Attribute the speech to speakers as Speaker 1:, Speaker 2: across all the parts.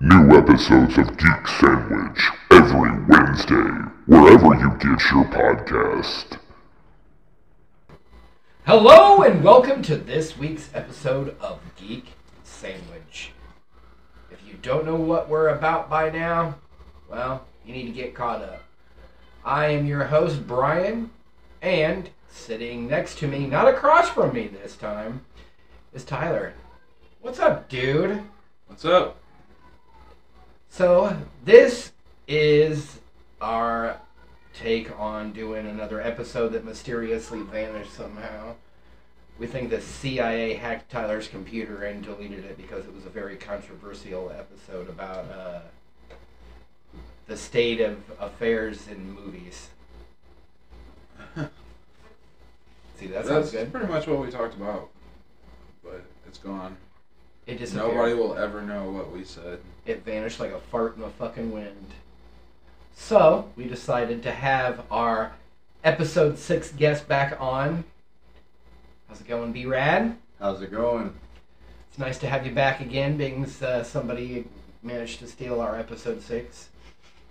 Speaker 1: New episodes of Geek Sandwich every Wednesday, wherever you get your podcast.
Speaker 2: Hello and welcome to this week's episode of Geek Sandwich. If you don't know what we're about by now, well, you need to get caught up. I am your host, Brian, and sitting next to me, not across from me this time, is Tyler. What's up, dude?
Speaker 3: What's up?
Speaker 2: So this is our take on doing another episode that mysteriously vanished somehow. We think the CIA hacked Tyler's computer and deleted it because it was a very controversial episode about uh, the state of affairs in movies. See, that sounds
Speaker 3: That's
Speaker 2: good.
Speaker 3: pretty much what we talked about, but it's gone.
Speaker 2: It disappeared.
Speaker 3: Nobody will ever know what we said.
Speaker 2: it vanished like a fart in the fucking wind. So we decided to have our episode six guest back on. How's it going, B Rad?
Speaker 4: How's it going?
Speaker 2: It's nice to have you back again, being as, uh, somebody managed to steal our episode six.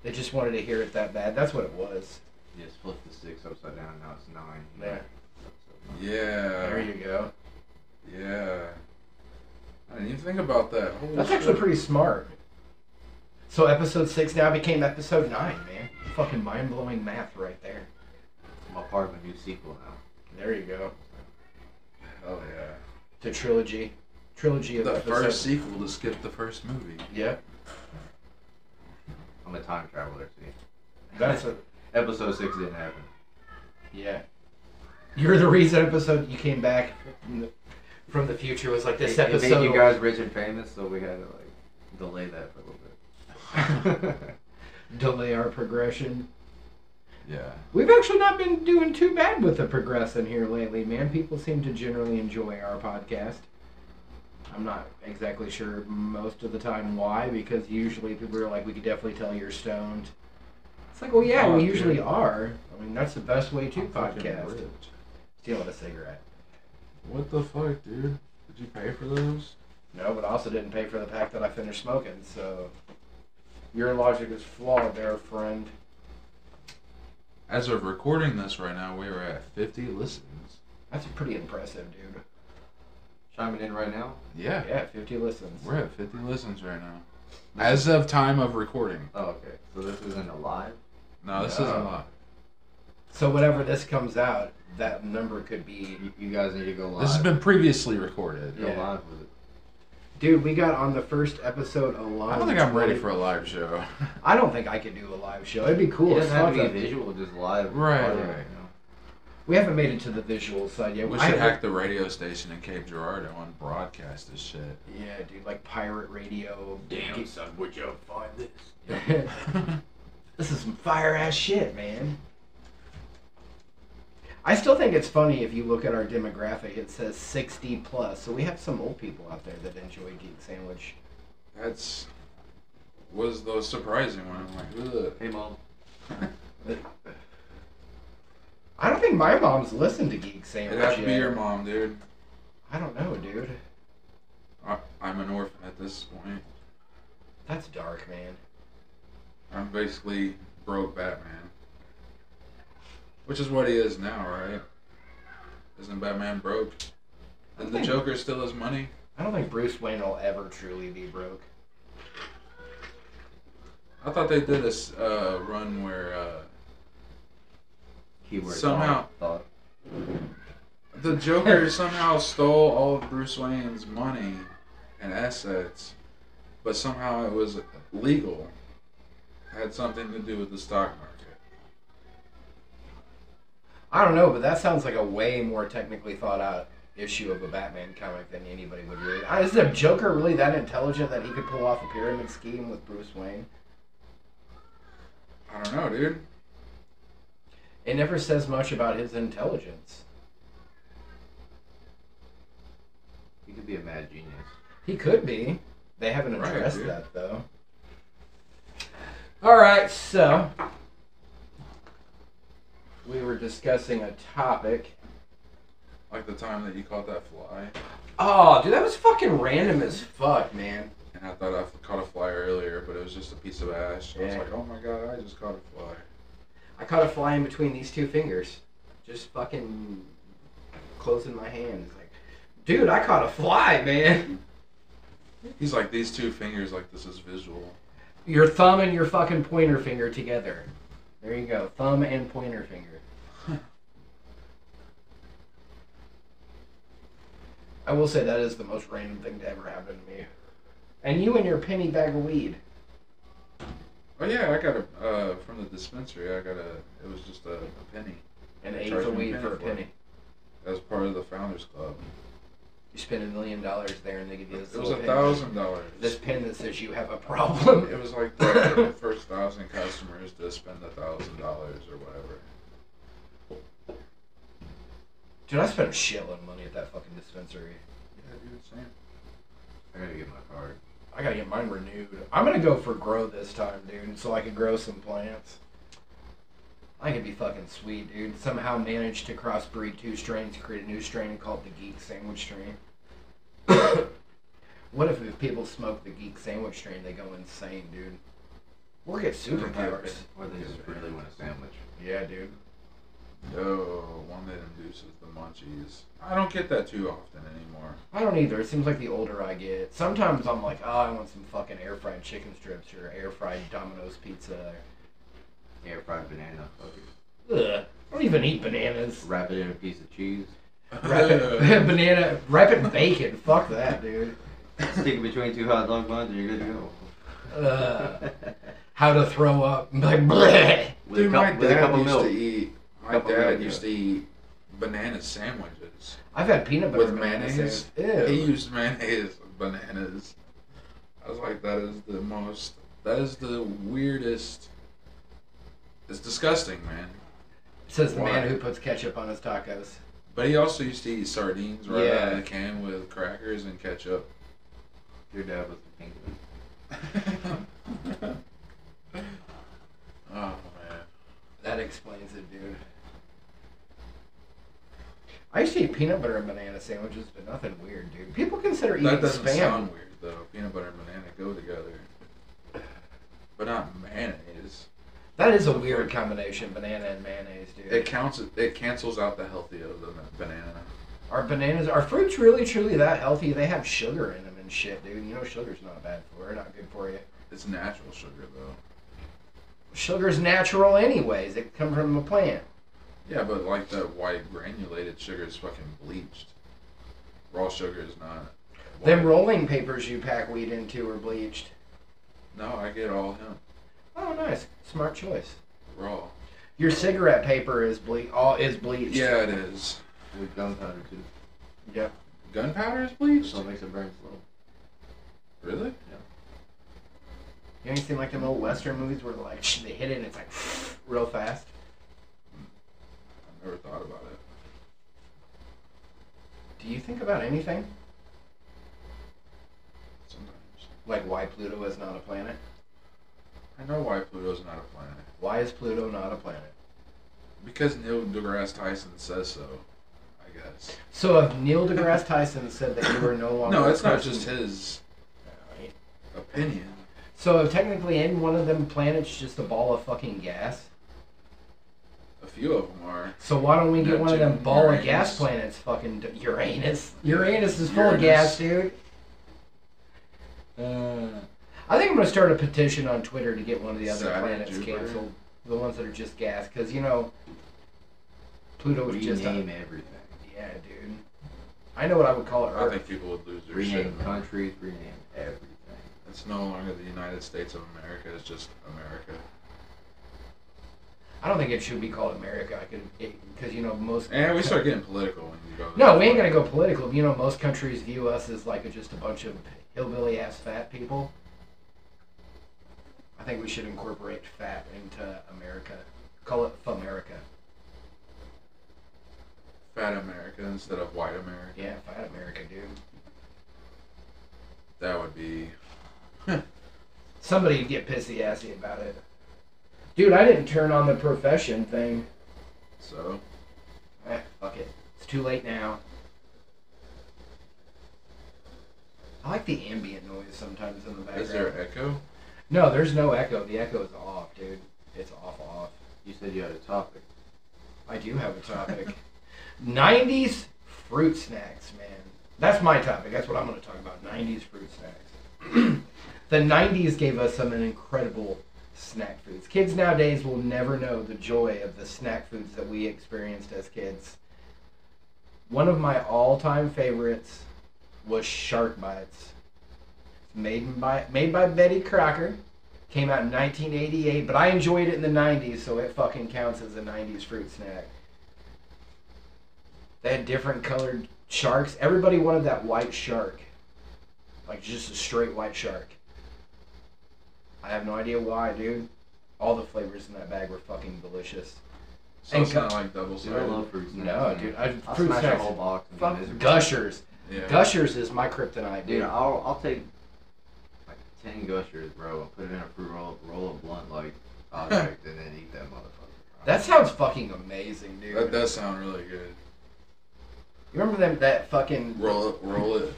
Speaker 2: They just wanted to hear it that bad. That's what it was.
Speaker 4: Yeah, split the six upside down. Now it's nine.
Speaker 2: There. There
Speaker 3: Yeah.
Speaker 2: you go.
Speaker 3: Yeah. I didn't even think about that. Holy
Speaker 2: That's
Speaker 3: shit.
Speaker 2: actually pretty smart. So episode six now became episode nine, man. Fucking mind blowing math right there.
Speaker 4: I'm a part of a new sequel now.
Speaker 2: There you go.
Speaker 3: Hell yeah.
Speaker 2: The trilogy. Trilogy of
Speaker 3: The
Speaker 2: episode-
Speaker 3: first sequel to skip the first movie.
Speaker 2: Yeah,
Speaker 4: I'm a time traveler. See,
Speaker 2: that's a
Speaker 4: episode six didn't happen.
Speaker 2: yeah. You're the reason episode you came back from the, from the future was like this
Speaker 4: It- it made
Speaker 2: episode.
Speaker 4: you guys rich and famous, so we had to like delay that for a little bit.
Speaker 2: delay our progression.
Speaker 3: Yeah.
Speaker 2: We've actually not been doing too bad with the progression here lately, man. People seem to generally enjoy our podcast. I'm not exactly sure most of the time why, because usually people are like, we could definitely tell you're stoned. It's like, well, yeah,
Speaker 3: Oh,
Speaker 2: we
Speaker 3: dude.
Speaker 2: usually are. I mean, that's the best way to
Speaker 3: Fucking
Speaker 2: podcast.
Speaker 3: rich.
Speaker 2: Stealing a cigarette.
Speaker 3: What the fuck, dude? Did you pay for those?
Speaker 2: No, but I also didn't pay for the pack that I finished smoking, so your logic is flawed there, friend.
Speaker 3: As of recording this right now, we are at 50 listens.
Speaker 2: That's pretty impressive, dude.
Speaker 4: Chiming in right now.
Speaker 3: Yeah.
Speaker 2: Yeah, 50 listens.
Speaker 3: We're at 50 listens right now. As of time of recording.
Speaker 4: Oh, okay. So this isn't a live.
Speaker 3: No, this
Speaker 2: No.
Speaker 3: isn't live.
Speaker 2: So whenever this comes out, that number could be...
Speaker 4: You, you guys need to go live.
Speaker 3: This has been previously recorded.
Speaker 4: go
Speaker 2: Yeah.
Speaker 4: live with it.
Speaker 2: Dude, we got on the first episode alone.
Speaker 3: I don't think I'm ready for a live show.
Speaker 2: I don't think I could do a live show. It'd be
Speaker 4: It
Speaker 2: cool as
Speaker 4: doesn't have
Speaker 2: fuck.
Speaker 4: to be visual, just live.
Speaker 3: Right,
Speaker 4: audio,
Speaker 3: right.
Speaker 4: you know?
Speaker 2: We haven't made it to the visual side yet.
Speaker 3: We
Speaker 2: I-
Speaker 3: should hack the radio station in Cape Girardeau and broadcast this shit.
Speaker 2: Yeah, dude, like pirate radio.
Speaker 4: son, would you find this?
Speaker 2: This is some fire ass shit, man. I still think it's funny if you look at our demographic, it says 60 plus. So we have some old people out there that enjoy Geek Sandwich.
Speaker 3: That's was the surprising one. I'm like, ugh.
Speaker 4: Hey mom.
Speaker 2: I don't think my mom's listened to Geek Sandwich.
Speaker 3: It'd have to be
Speaker 2: yet.
Speaker 3: your mom, dude.
Speaker 2: I don't know, dude.
Speaker 3: I, I'm an orphan at this point.
Speaker 2: That's dark, man.
Speaker 3: I'm basically broke Batman, which is what he is now, right? Isn't Batman broke? And the
Speaker 2: Okay.
Speaker 3: Joker still has money.
Speaker 2: I don't think Bruce Wayne will ever truly be broke.
Speaker 3: I thought they did this uh, run where uh,
Speaker 4: Keyword
Speaker 3: Somehow.
Speaker 4: thought.
Speaker 3: the Joker somehow stole all of Bruce Wayne's money and assets, but somehow it was legal. had something to do with the stock market.
Speaker 2: I don't know, but that sounds like a way more technically thought out issue of a Batman comic than anybody would read. Uh, Is the Joker really that intelligent that he could pull off a pyramid scheme with Bruce Wayne?
Speaker 3: I don't know, dude.
Speaker 2: It never says much about his intelligence.
Speaker 4: He could be a mad genius.
Speaker 2: He could be. They haven't
Speaker 3: Right,
Speaker 2: addressed
Speaker 3: dude.
Speaker 2: that though. All right, so we were discussing a topic.
Speaker 3: Like the time that you caught that fly,
Speaker 2: Oh, dude, that was fucking random as fuck, man.
Speaker 3: and I thought I caught a fly earlier, but it was just a piece of ash. I was
Speaker 2: Yeah.
Speaker 3: like, oh my god, I just caught a fly.
Speaker 2: I caught a fly in between these two fingers. Just fucking closing my hand. It's like, dude, I caught a fly, man.
Speaker 3: He's like, these two fingers, like, this is visual.
Speaker 2: Your thumb and your fucking pointer finger together. There you go. Thumb and pointer finger. I will say that is the most random thing to ever happen to me. And you and your penny bag of weed.
Speaker 3: Oh yeah, I got a uh, from the dispensary. I got a. It was just a, a penny.
Speaker 2: And
Speaker 3: They
Speaker 2: eighth
Speaker 3: charge
Speaker 2: of weed
Speaker 3: me a penny
Speaker 2: for a
Speaker 3: for it.
Speaker 2: penny.
Speaker 3: That was part of the founders club.
Speaker 2: You spend a million dollars there and they give you this
Speaker 3: It was
Speaker 2: little penny.
Speaker 3: a thousand dollars.
Speaker 2: This pin that says you have a problem.
Speaker 3: It was like the, the first thousand customers to spend a thousand dollars or whatever.
Speaker 2: Dude, I spent a shitload of money at that fucking dispensary.
Speaker 3: Yeah, dude, same.
Speaker 4: I gotta get my card.
Speaker 2: I gotta get mine renewed. I'm gonna go for grow this time, dude, so I can grow some plants. I could be fucking sweet, dude. Somehow managed to crossbreed two strains, create a new strain called the Geek Sandwich Strain. what if, if people smoke the Geek Sandwich Strain, they go insane, dude? Or get superpowers.
Speaker 4: Or they just really want a sandwich.
Speaker 2: Yeah, dude.
Speaker 3: Yo, one that induces the munchies. I don't get that too often anymore.
Speaker 2: I don't either. It seems like the older I get, sometimes I'm like, oh, I want some fucking air fried chicken strips or air fried Domino's pizza.
Speaker 4: Air fried banana. Fucking.
Speaker 2: Ugh, I don't even eat bananas.
Speaker 4: Wrap it in a piece of cheese.
Speaker 2: Wrap it, banana, wrap it in bacon. Fuck that, dude.
Speaker 4: Stick it between two hot dog buns and you're good to
Speaker 3: Uh,
Speaker 4: go.
Speaker 2: Ugh. how to throw up? Like, bleh.
Speaker 4: With,
Speaker 3: Dude,
Speaker 4: a,
Speaker 3: my
Speaker 4: cup, with a cup
Speaker 3: dad
Speaker 4: of
Speaker 3: used
Speaker 4: milk.
Speaker 3: to eat. My
Speaker 4: Cup of
Speaker 3: dad
Speaker 4: milk,
Speaker 3: used to eat banana sandwiches.
Speaker 2: I've had peanut butter
Speaker 3: With
Speaker 2: banana
Speaker 3: mayonnaise?
Speaker 2: sandwich.
Speaker 3: He
Speaker 2: Ew.
Speaker 3: used mayonnaise with bananas. I was like, that is the most. That is the weirdest. It's disgusting, man.
Speaker 2: Says the man
Speaker 3: Why?
Speaker 2: who puts ketchup on his tacos.
Speaker 3: But he also used to eat sardines right out of
Speaker 2: Yeah.
Speaker 3: the can with crackers and ketchup.
Speaker 4: Your dad was a penguin.
Speaker 3: oh man.
Speaker 2: That explains it, dude. I used to eat peanut butter and banana sandwiches, but nothing weird, dude. People consider eating
Speaker 3: That doesn't
Speaker 2: spam.
Speaker 3: sound weird though. Peanut butter and banana go together. But not mayonnaise.
Speaker 2: That is a weird combination, banana and mayonnaise, dude.
Speaker 3: It counts it cancels out the healthy of the banana.
Speaker 2: Are bananas, are fruits really truly that healthy? They have sugar in them and shit, dude. You know, sugar's not bad for it, not good for you.
Speaker 3: It's natural sugar though.
Speaker 2: Sugar's natural, anyways. It comes from a plant.
Speaker 3: Yeah, but like that white granulated sugar is fucking bleached. Raw sugar is not.
Speaker 2: Them
Speaker 3: white.
Speaker 2: rolling papers you pack weed into are bleached.
Speaker 3: No, I get all him
Speaker 2: Oh, nice, smart choice.
Speaker 3: raw.
Speaker 2: Your cigarette paper is ble all is bleached.
Speaker 3: Yeah, it is.
Speaker 4: With gunpowder too.
Speaker 2: Yep.
Speaker 3: Gunpowder is bleached.
Speaker 4: So it makes it burn slow.
Speaker 3: Really?
Speaker 2: You ain't seen like them old western movies where like they hit it and it's like real fast.
Speaker 3: I never thought about it.
Speaker 2: Do you think about anything
Speaker 3: Sometimes.
Speaker 2: like why Pluto is not a planet?
Speaker 3: I know why Pluto's not a planet.
Speaker 2: Why is Pluto not a planet?
Speaker 3: Because Neil deGrasse Tyson says so. I guess.
Speaker 2: So if Neil deGrasse Tyson said that you were no longer
Speaker 3: No,
Speaker 2: a
Speaker 3: it's not
Speaker 2: person-
Speaker 3: just his opinion.
Speaker 2: So if technically any one of them planets just a ball of fucking gas.
Speaker 3: A few of them are.
Speaker 2: So why don't we get one of them
Speaker 3: Neptune,
Speaker 2: ball of
Speaker 3: Uranus.
Speaker 2: gas planets? Fucking d- Uranus. Uranus is full of gas,
Speaker 3: Uranus.
Speaker 2: dude. Uh, I think I'm gonna start a petition on Twitter to get one of the other
Speaker 3: Saturn,
Speaker 2: planets
Speaker 3: Jupiter.
Speaker 2: canceled, the ones that are just gas, because you know Pluto was just
Speaker 4: Rename
Speaker 2: a,
Speaker 4: everything.
Speaker 2: yeah, dude. I know what I would call it
Speaker 3: I
Speaker 2: Earth.
Speaker 3: think people would lose their shit.
Speaker 4: Rename countries. Rename everything.
Speaker 3: It's no longer the United States of America. It's just America.
Speaker 2: I don't think it should be called America, because you know most.
Speaker 3: And we start getting political when you go.
Speaker 2: No, we ain't gonna go political. You know, most countries view us as like just a bunch of hillbilly ass fat people. I think we should incorporate fat into America. Call it Famerica.
Speaker 3: fat America instead of white America.
Speaker 2: Yeah, fat America, dude.
Speaker 3: That would be.
Speaker 2: Somebody would get pissy assy about it. Dude, I didn't turn on the profession thing.
Speaker 3: So
Speaker 2: Eh, fuck it. It's too late now. I like the ambient noise sometimes in the background.
Speaker 3: is there echo?
Speaker 2: No, there's no echo. The echo is off, dude. It's off, off.
Speaker 4: You said you had a topic.
Speaker 2: I do have a topic. 90s fruit snacks, man. That's my topic. That's what I'm going to talk about. 90s fruit snacks. the 90s gave us some incredible snack foods. Kids nowadays will never know the joy of the snack foods that we experienced as kids. One of my all-time favorites was Shark Bites. Made by made by Betty Crocker. Came out in 1988, but I enjoyed it in the 90s, so it fucking counts as a 90s fruit snack. They had different colored sharks. Everybody wanted that white shark. Like just a straight white shark. I have no idea why, dude. All the flavors in that bag were fucking delicious.
Speaker 3: So
Speaker 2: And
Speaker 3: it's
Speaker 2: co-
Speaker 3: not like double
Speaker 4: Dude, I
Speaker 3: sided.
Speaker 4: love fruit snacks.
Speaker 2: No,
Speaker 4: man.
Speaker 2: dude. I,
Speaker 4: I'll
Speaker 2: fruit
Speaker 4: smash
Speaker 2: snacks.
Speaker 4: a whole box. and
Speaker 2: Fuck
Speaker 4: be miserable.
Speaker 2: gushers.
Speaker 3: Yeah.
Speaker 2: Gushers is my kryptonite,
Speaker 4: Dude,
Speaker 2: dude.
Speaker 4: I'll, I'll take like 10 gushers, bro, and put it in a fruit roll, roll a blunt like object, and then eat that motherfucker. bro.
Speaker 2: That sounds fucking amazing, dude.
Speaker 3: That does sound really good.
Speaker 2: You remember them that fucking
Speaker 3: Roll it, roll it.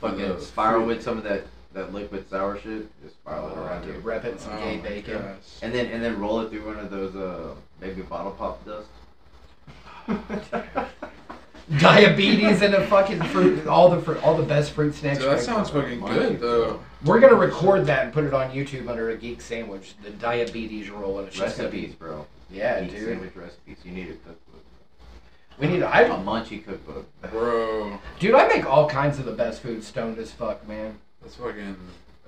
Speaker 4: Fucking
Speaker 3: Ugh.
Speaker 4: spiral with some of that, that liquid sour shit. Just spiral it
Speaker 2: oh,
Speaker 4: around
Speaker 2: dude,
Speaker 4: you.
Speaker 2: rep it some
Speaker 3: Oh
Speaker 2: gay
Speaker 3: my
Speaker 2: bacon.
Speaker 3: gosh.
Speaker 4: And then and then roll it through one of those uh maybe bottle pop dust.
Speaker 2: Diabetes and a fucking fruit all the fruit all the best fruit snacks.
Speaker 3: Dude, that sounds fucking
Speaker 4: Mine.
Speaker 3: good though.
Speaker 2: We're gonna record that and put it on YouTube under a geek sandwich, the diabetes roll and it's just gonna be-
Speaker 4: recipes, bro.
Speaker 2: Yeah,
Speaker 4: Eat
Speaker 2: dude.
Speaker 4: Sandwich recipes. You need a cookbook.
Speaker 2: We need
Speaker 4: A
Speaker 2: I
Speaker 4: munchy cookbook.
Speaker 3: Bro,
Speaker 2: dude, I make all kinds of the best food stoned as fuck, man.
Speaker 3: that's fucking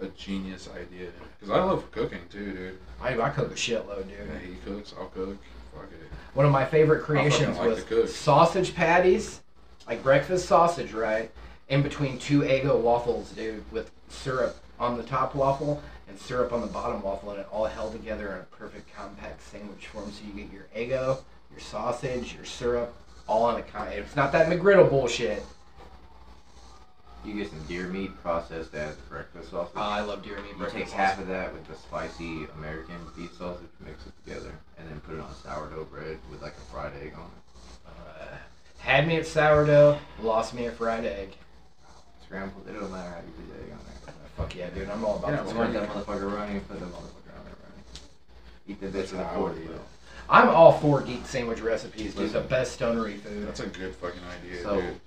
Speaker 3: a genius idea. Cause I love cooking too, dude.
Speaker 2: I, I cook a shitload, dude.
Speaker 3: Yeah, he cooks, I'll cook. Fuck it.
Speaker 2: One of my favorite
Speaker 3: fucking
Speaker 2: creations
Speaker 3: like to cook.
Speaker 2: was sausage patties, like breakfast sausage, right? In between two Eggo waffles, dude, with syrup on the top waffle and syrup on the bottom waffle, and it all held together in a perfect compact sandwich form. So you get your Eggo, your sausage, your syrup, all on a con. It's not that McGriddle bullshit.
Speaker 4: You get some deer meat processed as breakfast sausage.
Speaker 2: Uh, I love deer meat
Speaker 4: Ah, you take
Speaker 2: breakfast
Speaker 4: half
Speaker 2: sausage.
Speaker 4: of that with the spicy American beef sausage, mix it together, and then put it on sourdough bread with like a fried egg on it.
Speaker 2: Uh, had me at sourdough, lost me at fried egg.
Speaker 4: Scrambled. It don't matter how you put the egg on there.
Speaker 2: Fuck yeah, dude! I'm all about
Speaker 3: Yeah,
Speaker 2: the
Speaker 3: it's
Speaker 4: Put
Speaker 2: word.
Speaker 4: that motherfucker running. Put that motherfucker on there running. Eat the
Speaker 3: That's
Speaker 4: bitch with a
Speaker 3: how I
Speaker 4: fork,
Speaker 3: would do
Speaker 4: bro.
Speaker 3: it.
Speaker 2: I'm all for geek sandwich recipes, dude. The
Speaker 4: Listen.
Speaker 2: best stonery food.
Speaker 3: That's a good fucking idea,
Speaker 4: So-
Speaker 3: dude.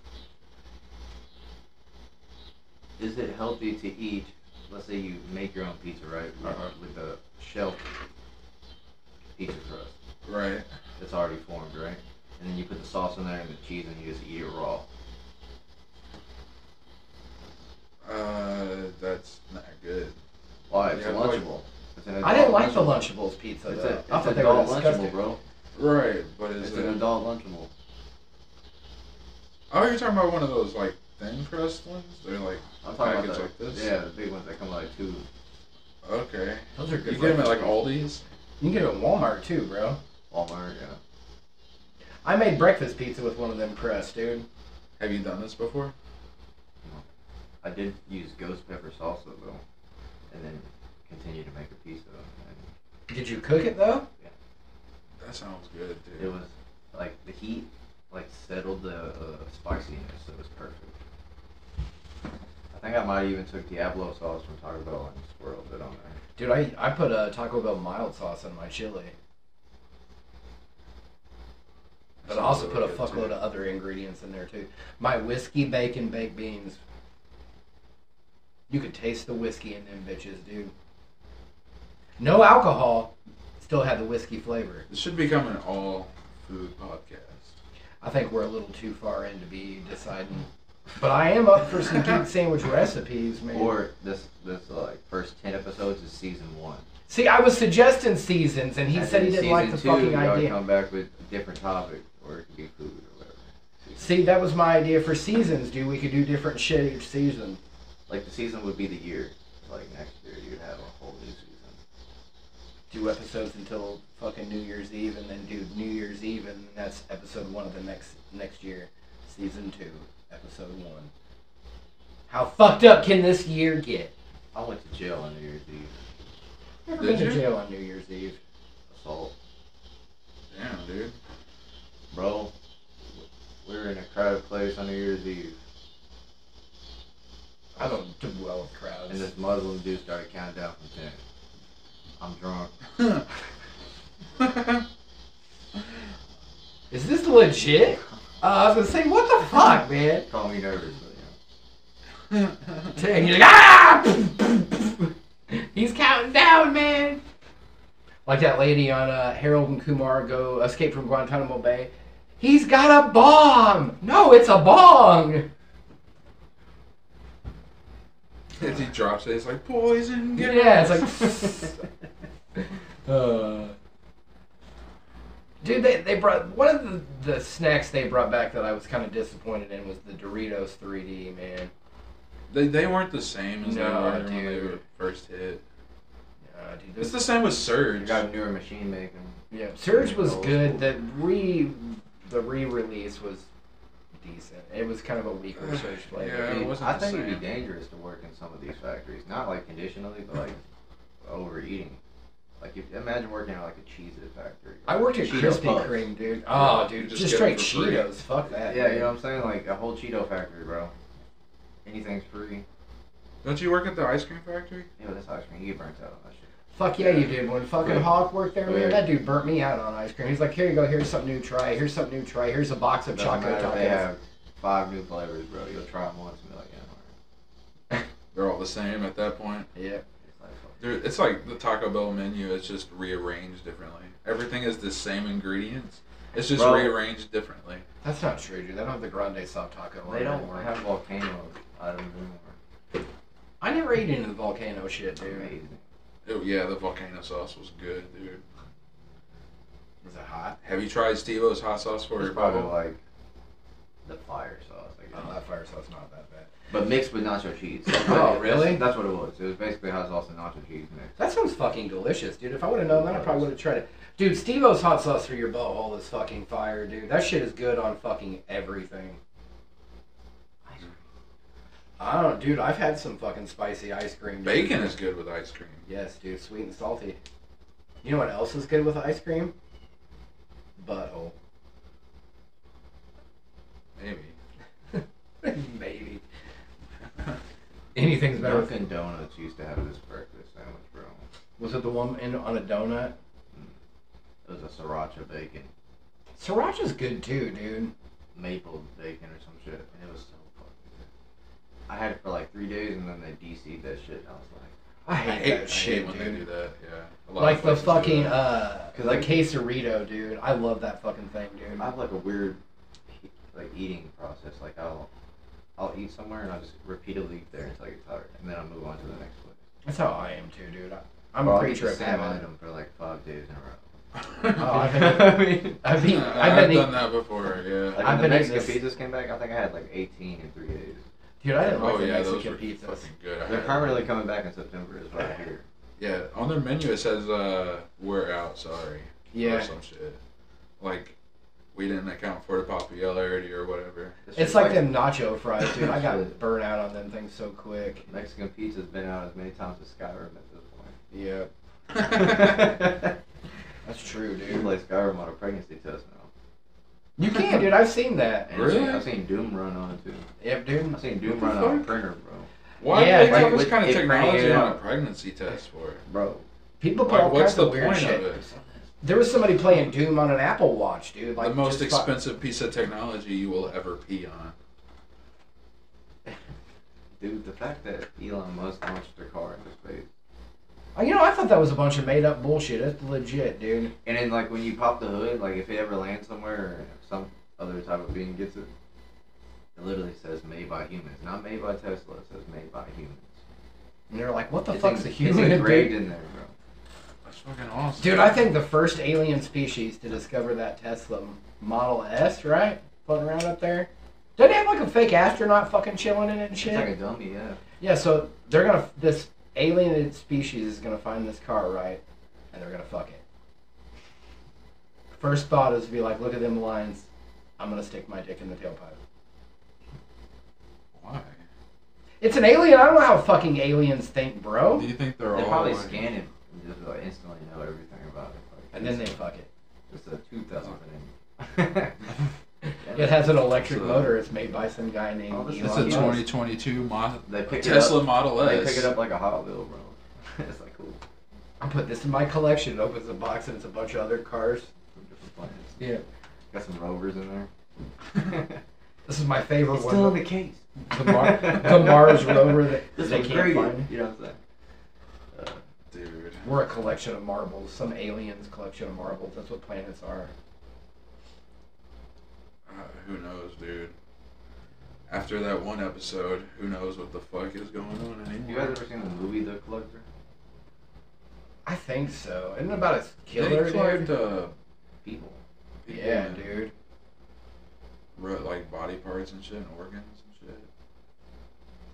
Speaker 4: Is it healthy to eat? Let's say you make your own pizza, right? With,
Speaker 3: Uh-huh.
Speaker 4: with the shell pizza crust
Speaker 3: Right.
Speaker 4: that's already formed, right? And then you put the sauce in there and the cheese, and you just eat it raw.
Speaker 3: Uh, that's not good.
Speaker 4: Why? It's
Speaker 3: Yeah, like-
Speaker 4: lunchable. It's an
Speaker 2: I didn't
Speaker 4: adult
Speaker 2: like the
Speaker 4: lunchable.
Speaker 2: Lunchables pizza.
Speaker 4: It's,
Speaker 2: though.
Speaker 4: a,
Speaker 2: I
Speaker 4: it's
Speaker 2: thought
Speaker 4: an
Speaker 2: they were
Speaker 4: adult lunchable,
Speaker 2: disgusting.
Speaker 4: bro.
Speaker 3: Right, but is
Speaker 4: It's
Speaker 3: it?
Speaker 4: an adult lunchable.
Speaker 3: Oh, you're talking about one of those like thin crust ones? They're like
Speaker 4: I'm talking
Speaker 3: Package
Speaker 4: about
Speaker 3: like
Speaker 4: the,
Speaker 3: this?
Speaker 4: Yeah, the big ones that come like two.
Speaker 3: okay.
Speaker 2: Those are
Speaker 3: You
Speaker 2: good.
Speaker 3: get them at like
Speaker 2: breakfast ones.
Speaker 3: Aldi's.
Speaker 2: You can get them at Walmart too, bro.
Speaker 4: Walmart, yeah.
Speaker 2: I made breakfast pizza with one of them crusts, dude.
Speaker 3: Have you done this before?
Speaker 4: I did use ghost pepper salsa though, and then continue to make a pizza. And
Speaker 2: Did you cook it though?
Speaker 3: That sounds good,
Speaker 4: it
Speaker 3: dude.
Speaker 4: was like the heat like settled the uh, spiciness, so it was perfect. I think I might even took Diablo sauce from Taco Bell and swirled it on there.
Speaker 2: Dude, I, I put a Taco Bell mild sauce on my chili, but I also put a fuckload of other ingredients in there too. My whiskey bacon baked beans. You could taste the whiskey in them bitches, dude. No alcohol, still had the whiskey flavor.
Speaker 3: This should become an all food podcast.
Speaker 2: I think we're a little too far in to be deciding. But I am up for some geek sandwich recipes, man.
Speaker 4: Or this this uh, like first ten episodes is season one.
Speaker 2: See, I was suggesting seasons, and he
Speaker 4: And
Speaker 2: said
Speaker 4: then
Speaker 2: he didn't
Speaker 4: season
Speaker 2: like the
Speaker 4: two,
Speaker 2: fucking
Speaker 4: y'all
Speaker 2: idea.
Speaker 4: Come back with a different topic, or it could be food or whatever.
Speaker 2: See, that was my idea for seasons, dude. We could do different shit each season.
Speaker 4: Like the season would be the year. Like next year, you'd have a whole new season.
Speaker 2: Do episodes until fucking New Year's Eve, and then do New Year's Eve, and that's episode one of the next next year, season two, episode one. How fucked up can this year get?
Speaker 4: I went to jail on New Year's Eve.
Speaker 2: Never
Speaker 3: Did
Speaker 2: been to
Speaker 3: you?
Speaker 2: jail on New Year's Eve.
Speaker 4: Assault,
Speaker 3: Damn, dude.
Speaker 4: bro. We were in a crowded place on New Year's Eve,
Speaker 2: I don't do well with crowds.
Speaker 4: and this Muslim dude started counting down from ten. I'm drunk.
Speaker 2: Is this legit? Uh, I was gonna say, what the fuck, man?
Speaker 4: It called me nervous, but you
Speaker 2: And you're like, ah! He's counting down, man. Like that lady on uh, Harold and Kumar go escape from Guantanamo Bay. He's got a bomb. No, it's a bong.
Speaker 3: If he drops it, it's like poison. Get
Speaker 2: Yeah, it's
Speaker 3: out."
Speaker 2: like. uh, dude, they, they brought one of the, the snacks they brought back that I was kind of disappointed in was the Doritos 3D, man.
Speaker 3: they, they weren't the same as
Speaker 2: No,
Speaker 3: they were when they
Speaker 2: dude.
Speaker 3: were first hit.
Speaker 2: Uh, dude, those-
Speaker 3: It's the same with
Speaker 4: know. You
Speaker 3: Surge.
Speaker 4: got newer machine making.
Speaker 2: yeah, Surge was
Speaker 4: Old
Speaker 2: good.
Speaker 4: school.
Speaker 2: The re the re release was decent. It was kind of a weaker
Speaker 3: Ugh,
Speaker 2: Surge flavor.
Speaker 3: Yeah, it
Speaker 4: Dude,
Speaker 3: wasn't
Speaker 4: I
Speaker 3: the
Speaker 4: think it'd
Speaker 3: same.
Speaker 4: be dangerous to work in some of these factories. Not like conditionally, but like overeating. Like if, imagine working at like a cheese at factory.
Speaker 2: I worked at
Speaker 4: Cheeto
Speaker 2: Krispy
Speaker 4: Puffs.
Speaker 2: Kreme, dude. Oh,
Speaker 3: Yeah, you
Speaker 2: dude,
Speaker 3: just
Speaker 2: just,
Speaker 3: get
Speaker 2: straight
Speaker 3: it for free.
Speaker 2: Cheetos. Fuck that.
Speaker 4: Yeah, you
Speaker 2: dude.
Speaker 4: know what I'm saying? Like a whole Cheeto factory, bro. Anything's free.
Speaker 3: Don't you work at the ice cream factory?
Speaker 4: Yeah, that's ice cream. You get burnt out on that shit.
Speaker 2: Fuck yeah, you did. When fucking
Speaker 4: Right.
Speaker 2: Hawk worked there, man,
Speaker 4: Right.
Speaker 2: that dude burnt me out on ice cream. He's like, here you go, here's something new, to try. Here's something new, to try. Here's a box of
Speaker 4: Doesn't
Speaker 2: chocolate
Speaker 4: matter if They
Speaker 2: tacos.
Speaker 4: have five new flavors, bro. You'll try them once and be like, yeah, alright.
Speaker 3: They're all the same at that point.
Speaker 2: Yeah.
Speaker 4: It's like, fuck.
Speaker 3: They're, it's like the Taco Bell menu is just rearranged differently. Everything is the same ingredients. It's just
Speaker 4: Bro.
Speaker 3: rearranged differently.
Speaker 2: That's not true, dude. They don't have the grande soft taco. on
Speaker 4: They don't
Speaker 2: anymore.
Speaker 4: have volcano items anymore.
Speaker 2: I never ate into the volcano shit,
Speaker 4: It's
Speaker 2: dude.
Speaker 4: amazing.
Speaker 3: Oh yeah, the volcano sauce was good, dude.
Speaker 2: Was it hot?
Speaker 3: Have you tried Steve-O's hot sauce for your
Speaker 4: It's probably
Speaker 3: bubble?
Speaker 4: like the fire sauce, I guess.
Speaker 2: Oh, that fire sauce not that bad.
Speaker 4: Uh, But mixed with nacho cheese.
Speaker 2: Oh, really?
Speaker 4: That's what it was. It was basically hot sauce and nacho cheese mixed.
Speaker 2: That sounds fucking delicious, dude. If I would have known that, I probably would have tried it. Dude, Steve-O's hot sauce for your butthole is fucking fire, dude. That shit is good on fucking everything. I don't, dude. I've had some fucking spicy ice cream. dude.
Speaker 3: Bacon is good with ice cream.
Speaker 2: Yes, dude, sweet and salty. You know what else is good with ice cream? Butthole.
Speaker 3: Maybe.
Speaker 2: Maybe. Anything's better. with-
Speaker 4: Dunkin' Donuts used to have this breakfast sandwich, bro.
Speaker 2: Was it the one in, on a donut?
Speaker 4: It was a sriracha bacon,
Speaker 2: Sriracha's good too, dude.
Speaker 4: maple bacon or some shit, and it was so fucking good. I had it for like three days, and then they DC'd that shit. And I was like,
Speaker 2: I
Speaker 3: I
Speaker 2: hate,
Speaker 3: hate
Speaker 2: that
Speaker 3: shit
Speaker 2: shit,
Speaker 3: when
Speaker 2: dude.
Speaker 3: they do that. Yeah. A lot
Speaker 2: like
Speaker 3: of
Speaker 2: the
Speaker 3: places do that.
Speaker 2: fucking uh,
Speaker 4: 'Cause
Speaker 2: the
Speaker 4: I-
Speaker 2: quesarito, dude. I love that fucking thing, dude.
Speaker 4: I have like a weird, like eating process. Like I'll, I'll eat somewhere, and I'll just repeatedly eat there until I get tired, and then I'll move on to the next place.
Speaker 2: That's how I am too, dude. I, I'm
Speaker 4: Or
Speaker 2: a
Speaker 4: I'll eat
Speaker 2: creature
Speaker 4: the
Speaker 2: of
Speaker 4: same
Speaker 2: habit.
Speaker 4: item for like five days in a row.
Speaker 2: Oh, I
Speaker 4: I mean,
Speaker 2: I've eaten.
Speaker 3: Yeah,
Speaker 2: I've been
Speaker 3: I've done
Speaker 2: eating.
Speaker 3: that before. Yeah.
Speaker 4: like
Speaker 2: I've
Speaker 4: when the
Speaker 2: been eating
Speaker 4: Mexican
Speaker 2: this-
Speaker 4: pizzas came back, I think I had like 18 in three days.
Speaker 2: Dude, I didn't like
Speaker 3: oh
Speaker 2: the
Speaker 3: yeah, those
Speaker 2: Mexican
Speaker 3: were
Speaker 2: pizzas.
Speaker 3: fucking good. I
Speaker 4: They're
Speaker 3: had-
Speaker 4: primarily coming back in September, is what I hear.
Speaker 3: Yeah, on their menu it says uh, "We're out, sorry" or
Speaker 2: Yeah,
Speaker 3: some shit. Like we didn't account for the popularity or whatever.
Speaker 2: it's like them nacho fries, dude. I got
Speaker 4: Shit.
Speaker 2: burnt out on them things so quick.
Speaker 4: Mexican pizza's been out as many times as Skyrim at this point.
Speaker 2: Yeah, that's true,
Speaker 4: you can
Speaker 2: dude.
Speaker 4: play Skyrim on a pregnancy test now.
Speaker 2: You can, dude. I've seen that.
Speaker 4: And I've seen-
Speaker 3: Really?
Speaker 4: I've seen Doom run on it too.
Speaker 2: Yep, dude.
Speaker 4: I've seen Doom
Speaker 3: What
Speaker 4: run
Speaker 3: the
Speaker 4: on a
Speaker 3: fuck?
Speaker 4: printer, bro.
Speaker 3: Why
Speaker 2: Yeah,
Speaker 3: do they
Speaker 2: like,
Speaker 3: take this
Speaker 4: with
Speaker 3: kind of
Speaker 4: it
Speaker 3: technology
Speaker 4: bringing
Speaker 3: on a
Speaker 4: out-
Speaker 3: pregnancy test for?
Speaker 4: Bro.
Speaker 2: People put
Speaker 3: Like,
Speaker 2: all
Speaker 3: what's
Speaker 2: kinds
Speaker 3: the
Speaker 2: of weird
Speaker 3: point
Speaker 2: shit.
Speaker 3: of it?
Speaker 2: There was somebody playing Doom on an Apple Watch, dude. Like
Speaker 3: the most
Speaker 2: just fuck-
Speaker 3: expensive piece of technology you will ever pee on.
Speaker 4: dude, the fact that Elon Musk launched their car into space.
Speaker 2: Oh, You know, I thought that was a bunch of made up bullshit. That's legit, dude.
Speaker 4: And then, like, when you pop the hood, like, if it ever lands somewhere or if some other type of being gets it, it literally says made by humans. Not made by Tesla, it says made by humans.
Speaker 2: And they're like, what the
Speaker 4: It's
Speaker 2: fuck's
Speaker 4: en-
Speaker 2: a human?
Speaker 4: It's
Speaker 2: dude?
Speaker 4: engraved in there, bro.
Speaker 3: That's fucking awesome.
Speaker 2: Dude, I think the first alien species to discover that Tesla Model S, right? Floating around up there. Doesn't it have like a fake astronaut fucking chilling in it and
Speaker 4: It's like
Speaker 2: shit?
Speaker 4: a dummy, yeah.
Speaker 2: Yeah, so they're gonna, this alien species is gonna find this car, right? And they're gonna fuck it. First thought is to be like, look at them lines. I'm gonna stick my dick in the tailpipe.
Speaker 3: Why?
Speaker 2: It's an alien. I don't know how fucking aliens think, bro.
Speaker 3: Do you think they're
Speaker 4: They
Speaker 3: all
Speaker 4: probably
Speaker 3: like-
Speaker 4: scan it and just like, instantly know everything about it. Like,
Speaker 2: And then they
Speaker 4: it's
Speaker 2: fuck it.
Speaker 4: just a two thousand in.
Speaker 2: It has an electric
Speaker 3: So-
Speaker 2: motor. It's made by some guy named
Speaker 4: Oh, this
Speaker 3: It's
Speaker 2: Elon
Speaker 3: a
Speaker 4: Yes.
Speaker 2: Musk.
Speaker 3: 2022 mo-
Speaker 4: They pick it
Speaker 3: Tesla
Speaker 4: up.
Speaker 3: Model
Speaker 4: They
Speaker 3: S.
Speaker 4: pick it up like a Hot Wheel, bro. it's like cool.
Speaker 2: I put this in my collection. It opens a box and it's a bunch of other cars.
Speaker 4: From different planets.
Speaker 2: Yeah.
Speaker 4: Got some rovers in there.
Speaker 2: This is my favorite
Speaker 4: It's
Speaker 2: one.
Speaker 4: still in the case.
Speaker 2: the, Mar- the Mars rover that
Speaker 4: This
Speaker 2: they
Speaker 4: one's
Speaker 2: can't
Speaker 4: graded,
Speaker 2: find.
Speaker 4: You know what I'm saying? Uh,
Speaker 3: Dude.
Speaker 2: We're a collection of marbles. Some aliens collection of marbles. That's what planets are.
Speaker 3: Uh, who knows, dude? After that one episode, who knows what the fuck is going on
Speaker 4: you guys
Speaker 3: anymore?
Speaker 4: ever seen the movie The Collector?
Speaker 2: I think so. Isn't it about a
Speaker 3: they
Speaker 2: killer,
Speaker 3: collect,
Speaker 2: dude?
Speaker 3: uh,
Speaker 4: People.
Speaker 3: people
Speaker 2: Yeah,
Speaker 3: and
Speaker 2: dude.
Speaker 3: ro- like body parts and shit and organs and shit.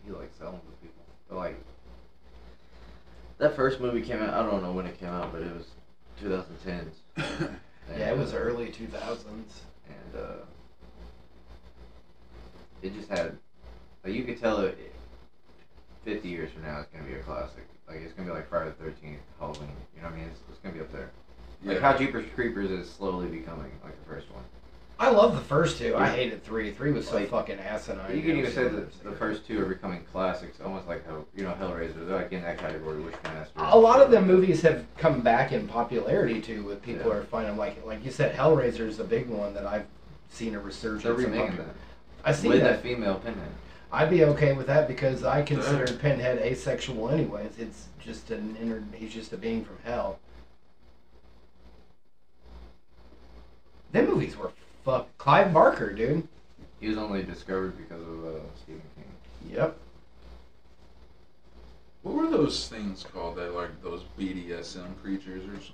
Speaker 4: He like selling to people. But like that first movie came out. I don't know when it came out, but it was 2010s.
Speaker 2: Yeah, it was
Speaker 4: uh,
Speaker 2: early 2000s.
Speaker 4: and uh, it just had like you could tell it. it- Fifty years from now, it's gonna be a classic. Like it's gonna be like Friday the Thirteenth, Halloween. You know what I mean? It's, it's gonna be up there.
Speaker 3: Yeah.
Speaker 4: Like how Jeepers Creepers is slowly becoming like the first one.
Speaker 2: I love the first two. I
Speaker 4: Yeah.
Speaker 2: hated three. Three was so
Speaker 4: Like,
Speaker 2: fucking asinine.
Speaker 4: you can
Speaker 2: dude.
Speaker 4: even say that the first two are becoming classics, almost like how you know Hellraiser. They're like in that category, Wishmaster.
Speaker 2: A lot of the movies have come back in popularity too, with people
Speaker 4: Yeah.
Speaker 2: are finding like like you said, Hellraiser is a big one that I've seen a resurgence.
Speaker 4: They're
Speaker 2: of
Speaker 4: remaking
Speaker 2: popular-
Speaker 4: that.
Speaker 2: I've seen
Speaker 4: with
Speaker 2: that.
Speaker 4: a female pinhead.
Speaker 2: I'd be okay with that because I consider Pinhead asexual anyways. It's just an inner he's just a being from hell. Them movies were fuck Clive Barker, dude.
Speaker 4: He was only discovered because of uh, Stephen King.
Speaker 2: Yep.
Speaker 3: What were those things called that like those BDSM creatures or something?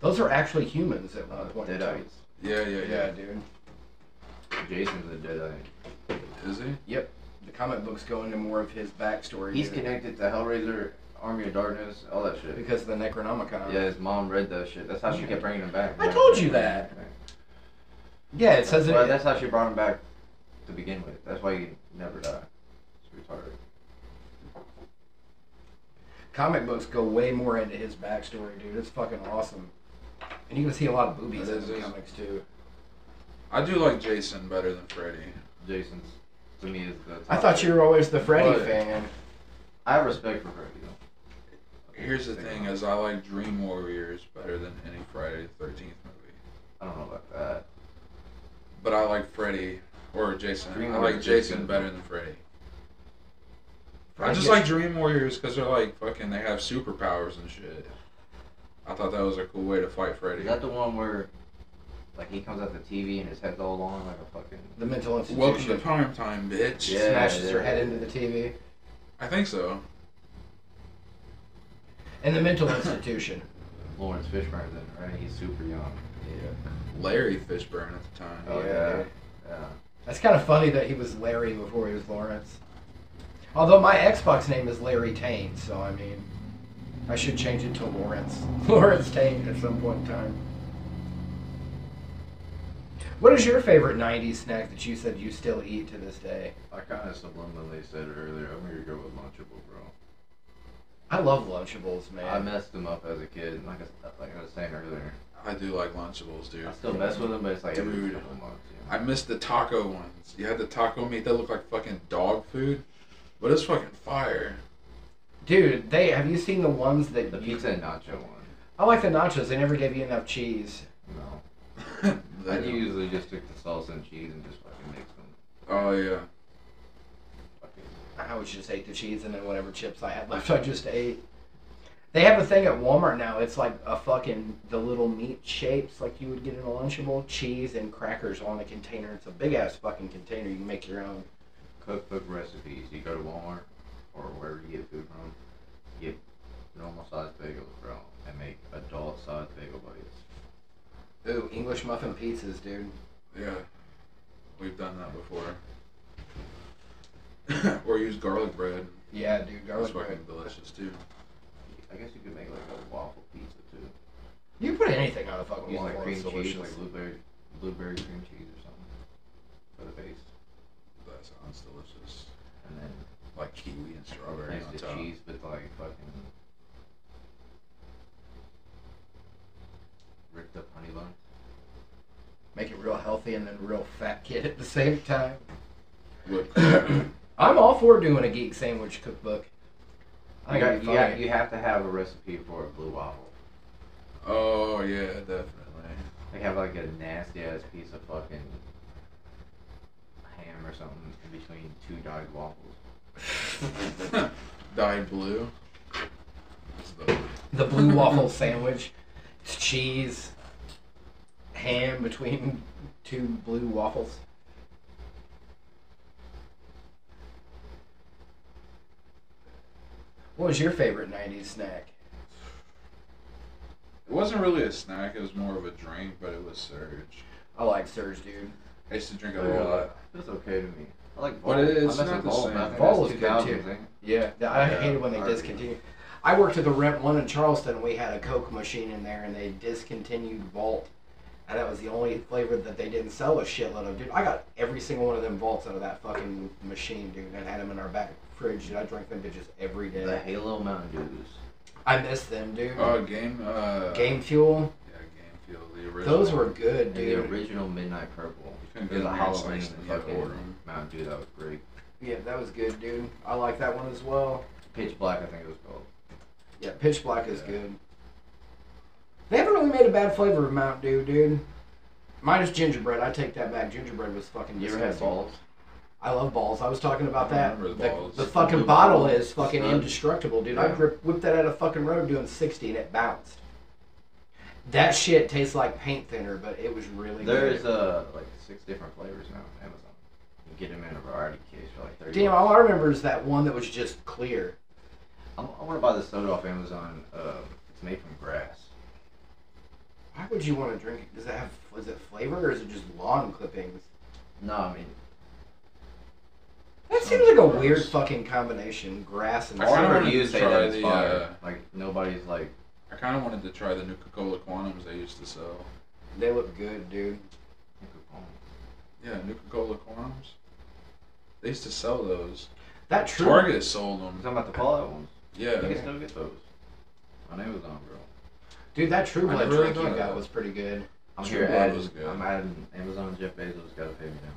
Speaker 2: Those are actually humans at one
Speaker 4: Uh,
Speaker 2: point. in time.
Speaker 4: Deadites.
Speaker 3: Yeah, yeah,
Speaker 2: Yeah,
Speaker 3: yeah.
Speaker 2: dude.
Speaker 4: Jason's a Deadite.
Speaker 3: Is he?
Speaker 2: The comic books go into more of his backstory.
Speaker 4: He's
Speaker 2: dude,
Speaker 4: connected to Hellraiser, Army of Darkness, all that shit.
Speaker 2: because of the Necronomicon.
Speaker 4: Yeah, his mom read that shit. That's how she kept bringing him back.
Speaker 2: I told you that. Yeah, it says
Speaker 4: That's,
Speaker 2: it.
Speaker 4: why, that's how she brought him back to begin with. That's why he never died. It's retarded.
Speaker 2: comic books go way more into his backstory, dude. It's fucking awesome. And you can see a lot of boobies
Speaker 3: That
Speaker 2: in
Speaker 3: is
Speaker 2: the
Speaker 3: awesome.
Speaker 2: comics too.
Speaker 3: I do like Jason better than Freddy.
Speaker 4: Jason's, to me, is the. Top
Speaker 2: I thought
Speaker 4: tier.
Speaker 2: you were always the Freddy
Speaker 3: But-
Speaker 2: fan.
Speaker 4: I have respect for Freddy though.
Speaker 3: Here's the thing: is I like Dream Warriors better than any Friday the Thirteenth movie.
Speaker 4: I don't know about that.
Speaker 3: But I like Freddy or Jason.
Speaker 4: Dream
Speaker 3: I like
Speaker 4: Warriors is
Speaker 3: Jason
Speaker 4: good.
Speaker 3: better than Freddy. I
Speaker 2: Freddy
Speaker 3: just
Speaker 2: is-
Speaker 3: like Dream Warriors because they're like fucking. They have superpowers and shit. I thought that was a cool way to fight Freddy.
Speaker 4: Is that the one where, like, he comes out the TV and his head's all long like a fucking.
Speaker 2: the mental institution.
Speaker 3: Welcome to prime time, bitch.
Speaker 4: Yeah.
Speaker 2: smashes her head into the TV.
Speaker 3: I think so.
Speaker 2: And the mental institution.
Speaker 4: Lawrence Fishburne's in, it, right? He's super young. Yeah.
Speaker 3: Larry Fishburne at the time.
Speaker 4: Oh yeah. Yeah.
Speaker 2: That's kind of funny that he was Larry before he was Lawrence. Although my Xbox name is Larry Tane, so I mean, I should change it to Lawrence. Lawrence Tane at some point in time. What is your favorite 90s snack that you said you still eat to this day?
Speaker 4: I kind of subliminally said it earlier. I'm gonna go with Lunchable, bro.
Speaker 2: I love Lunchables, man.
Speaker 4: I messed them up as a kid. Like I, s- like I was saying earlier,
Speaker 3: I do like Lunchables, dude.
Speaker 4: I still mess with them, but it's like every
Speaker 3: Dude.
Speaker 4: couple months. You know?
Speaker 3: I miss the taco ones. You had the taco meat that looked like fucking dog food, but it's fucking fire.
Speaker 2: Dude, they have you seen the ones that
Speaker 4: The
Speaker 2: you-
Speaker 4: pizza and nacho one.
Speaker 2: I like the nachos. They never gave you enough cheese.
Speaker 4: No, I
Speaker 3: They-
Speaker 4: usually just took the salsa and cheese and just fucking mix them.
Speaker 3: oh yeah.
Speaker 4: Fucking.
Speaker 2: I would just ate the cheese and then whatever chips I had left, I just ate. They have a thing at Walmart now. It's like a fucking the little meat shapes like you would get in a Lunchable, cheese and crackers on a container. It's a big ass fucking container. You can make your own.
Speaker 4: Cookbook recipes. You go to Walmart or wherever you get food from, get normal sized bagels, bro, and make adult sized bagel bites.
Speaker 2: Ooh, English muffin pizzas, dude.
Speaker 3: Yeah, we've done that before. or use garlic bread.
Speaker 2: Yeah, dude,
Speaker 3: That's
Speaker 2: garlic bread.
Speaker 3: fucking delicious too.
Speaker 4: I guess you could make like a waffle pizza too.
Speaker 2: You put anything on a fucking
Speaker 4: Use
Speaker 2: waffle.
Speaker 4: like
Speaker 2: it's
Speaker 4: cream cheese,
Speaker 2: delicious.
Speaker 4: like blueberry, blueberry cream cheese or something for the base,
Speaker 3: That sounds delicious.
Speaker 4: and then
Speaker 3: Like kiwi and strawberry on
Speaker 4: replace the
Speaker 3: top.
Speaker 4: cheese with like fucking ripped up honey bun.
Speaker 2: Make it real healthy and then real fat kid at the same time.
Speaker 3: Whipped
Speaker 2: I'm all for doing a geek sandwich cookbook. I
Speaker 4: You,
Speaker 2: think
Speaker 4: got,
Speaker 2: it'd
Speaker 4: you,
Speaker 2: be
Speaker 4: got,
Speaker 2: funny.
Speaker 4: you have to have a recipe for a blue waffle.
Speaker 3: Oh yeah, definitely.
Speaker 4: They have like a nasty ass piece of fucking ham or something in between two dyed waffles.
Speaker 3: Dyed blue. It's the-
Speaker 2: The blue waffle sandwich. It's cheese, ham between two blue waffles. What was your favorite 90s snack?
Speaker 3: It wasn't really a snack. It was more of a drink, but it was surge.
Speaker 2: I like Surge, dude.
Speaker 3: I used to drink it a
Speaker 4: Yeah.
Speaker 3: lot.
Speaker 4: It's okay to me. I like
Speaker 3: But
Speaker 4: Vol.
Speaker 3: it- it's
Speaker 4: I mess
Speaker 3: not
Speaker 4: with
Speaker 3: the
Speaker 4: Vol,
Speaker 3: same.
Speaker 4: but I think
Speaker 2: Vol
Speaker 4: that's
Speaker 2: is good, too.
Speaker 4: 2000s, ain't it?
Speaker 2: Yeah, th- I
Speaker 4: Yeah,
Speaker 2: hated when they
Speaker 4: I-
Speaker 2: discontinued. I worked at the Rent One in Charleston. and We had a Coke machine in there, and they discontinued Vault, and that was the only flavor that they didn't sell a shitload of. Dude, I got every single one of them Vaults out of that fucking machine, dude, and had them in our back fridge. Dude, I drank them bitches every day.
Speaker 4: The Halo Mountain Dews.
Speaker 2: I miss them, dude.
Speaker 3: Oh, game. Uh,
Speaker 2: Game Fuel,
Speaker 3: Yeah, game fuel. The original.
Speaker 2: those were good,
Speaker 4: And the
Speaker 2: dude.
Speaker 4: original Midnight Purple.
Speaker 3: You couldn't
Speaker 4: It was a
Speaker 3: them here in
Speaker 4: Halloween
Speaker 3: Sicily, you had to
Speaker 4: fucking
Speaker 3: order 'em.
Speaker 4: Mountain Dew that was great.
Speaker 2: Yeah, that was good, dude. I like that one as well.
Speaker 4: Pitch Black, I think it was called.
Speaker 2: Yeah, Pitch Black is
Speaker 3: Yeah.
Speaker 2: good. They haven't really made a bad flavor of Mountain Dew, dude. Minus gingerbread, I take that back. Gingerbread was fucking.
Speaker 4: You ever had
Speaker 2: disgusting.
Speaker 4: balls?
Speaker 2: I love balls. I was talking about
Speaker 3: I
Speaker 2: that.
Speaker 3: remember the
Speaker 2: The,
Speaker 3: balls.
Speaker 2: the fucking
Speaker 4: Blue
Speaker 2: bottle
Speaker 4: ball.
Speaker 2: is fucking
Speaker 4: Stud.
Speaker 2: indestructible, dude. I
Speaker 4: Yeah.
Speaker 2: grip, whipped that out of fucking road doing sixty, and it bounced. That shit tastes like paint thinner, but it was really
Speaker 4: There
Speaker 2: good.
Speaker 4: is uh, like six different flavors now on Amazon. You get them in a variety case for like thirty.
Speaker 2: Damn,
Speaker 4: bucks.
Speaker 2: all I remember is that one that was just clear.
Speaker 4: I'm, I want to buy this soda off Amazon. Uh, it's made from grass.
Speaker 2: Why would you want to drink it? Does that have was it flavor or is it just lawn clippings?
Speaker 4: No, I mean
Speaker 2: That
Speaker 3: Sounds
Speaker 2: seems like a weird
Speaker 3: gross.
Speaker 2: fucking combination. Grass and
Speaker 3: I
Speaker 4: all
Speaker 3: kinda
Speaker 4: the
Speaker 3: wanted to
Speaker 4: reviews say
Speaker 3: try
Speaker 4: that it's
Speaker 3: the,
Speaker 4: fire.
Speaker 3: uh,
Speaker 4: Like nobody's like
Speaker 3: I kind of wanted to try the Nuka-Cola Quantums they used to sell.
Speaker 2: they look good, dude.
Speaker 3: Yeah, Nuka-Cola Quantums. They used to sell those.
Speaker 2: That true.
Speaker 3: Target sold
Speaker 4: I'm
Speaker 3: them.
Speaker 4: talking about the Fallout ones. You
Speaker 3: Yeah.
Speaker 4: can still get those on Amazon, bro.
Speaker 2: Dude, that True
Speaker 3: I
Speaker 2: Blood
Speaker 3: never really
Speaker 2: drink you
Speaker 3: thought of
Speaker 2: got
Speaker 3: that.
Speaker 2: was pretty good.
Speaker 4: I'm
Speaker 3: True
Speaker 4: here
Speaker 3: Blood
Speaker 4: adding.
Speaker 3: was good.
Speaker 4: I'm adding Amazon. Jeff Bezos got to pay me now.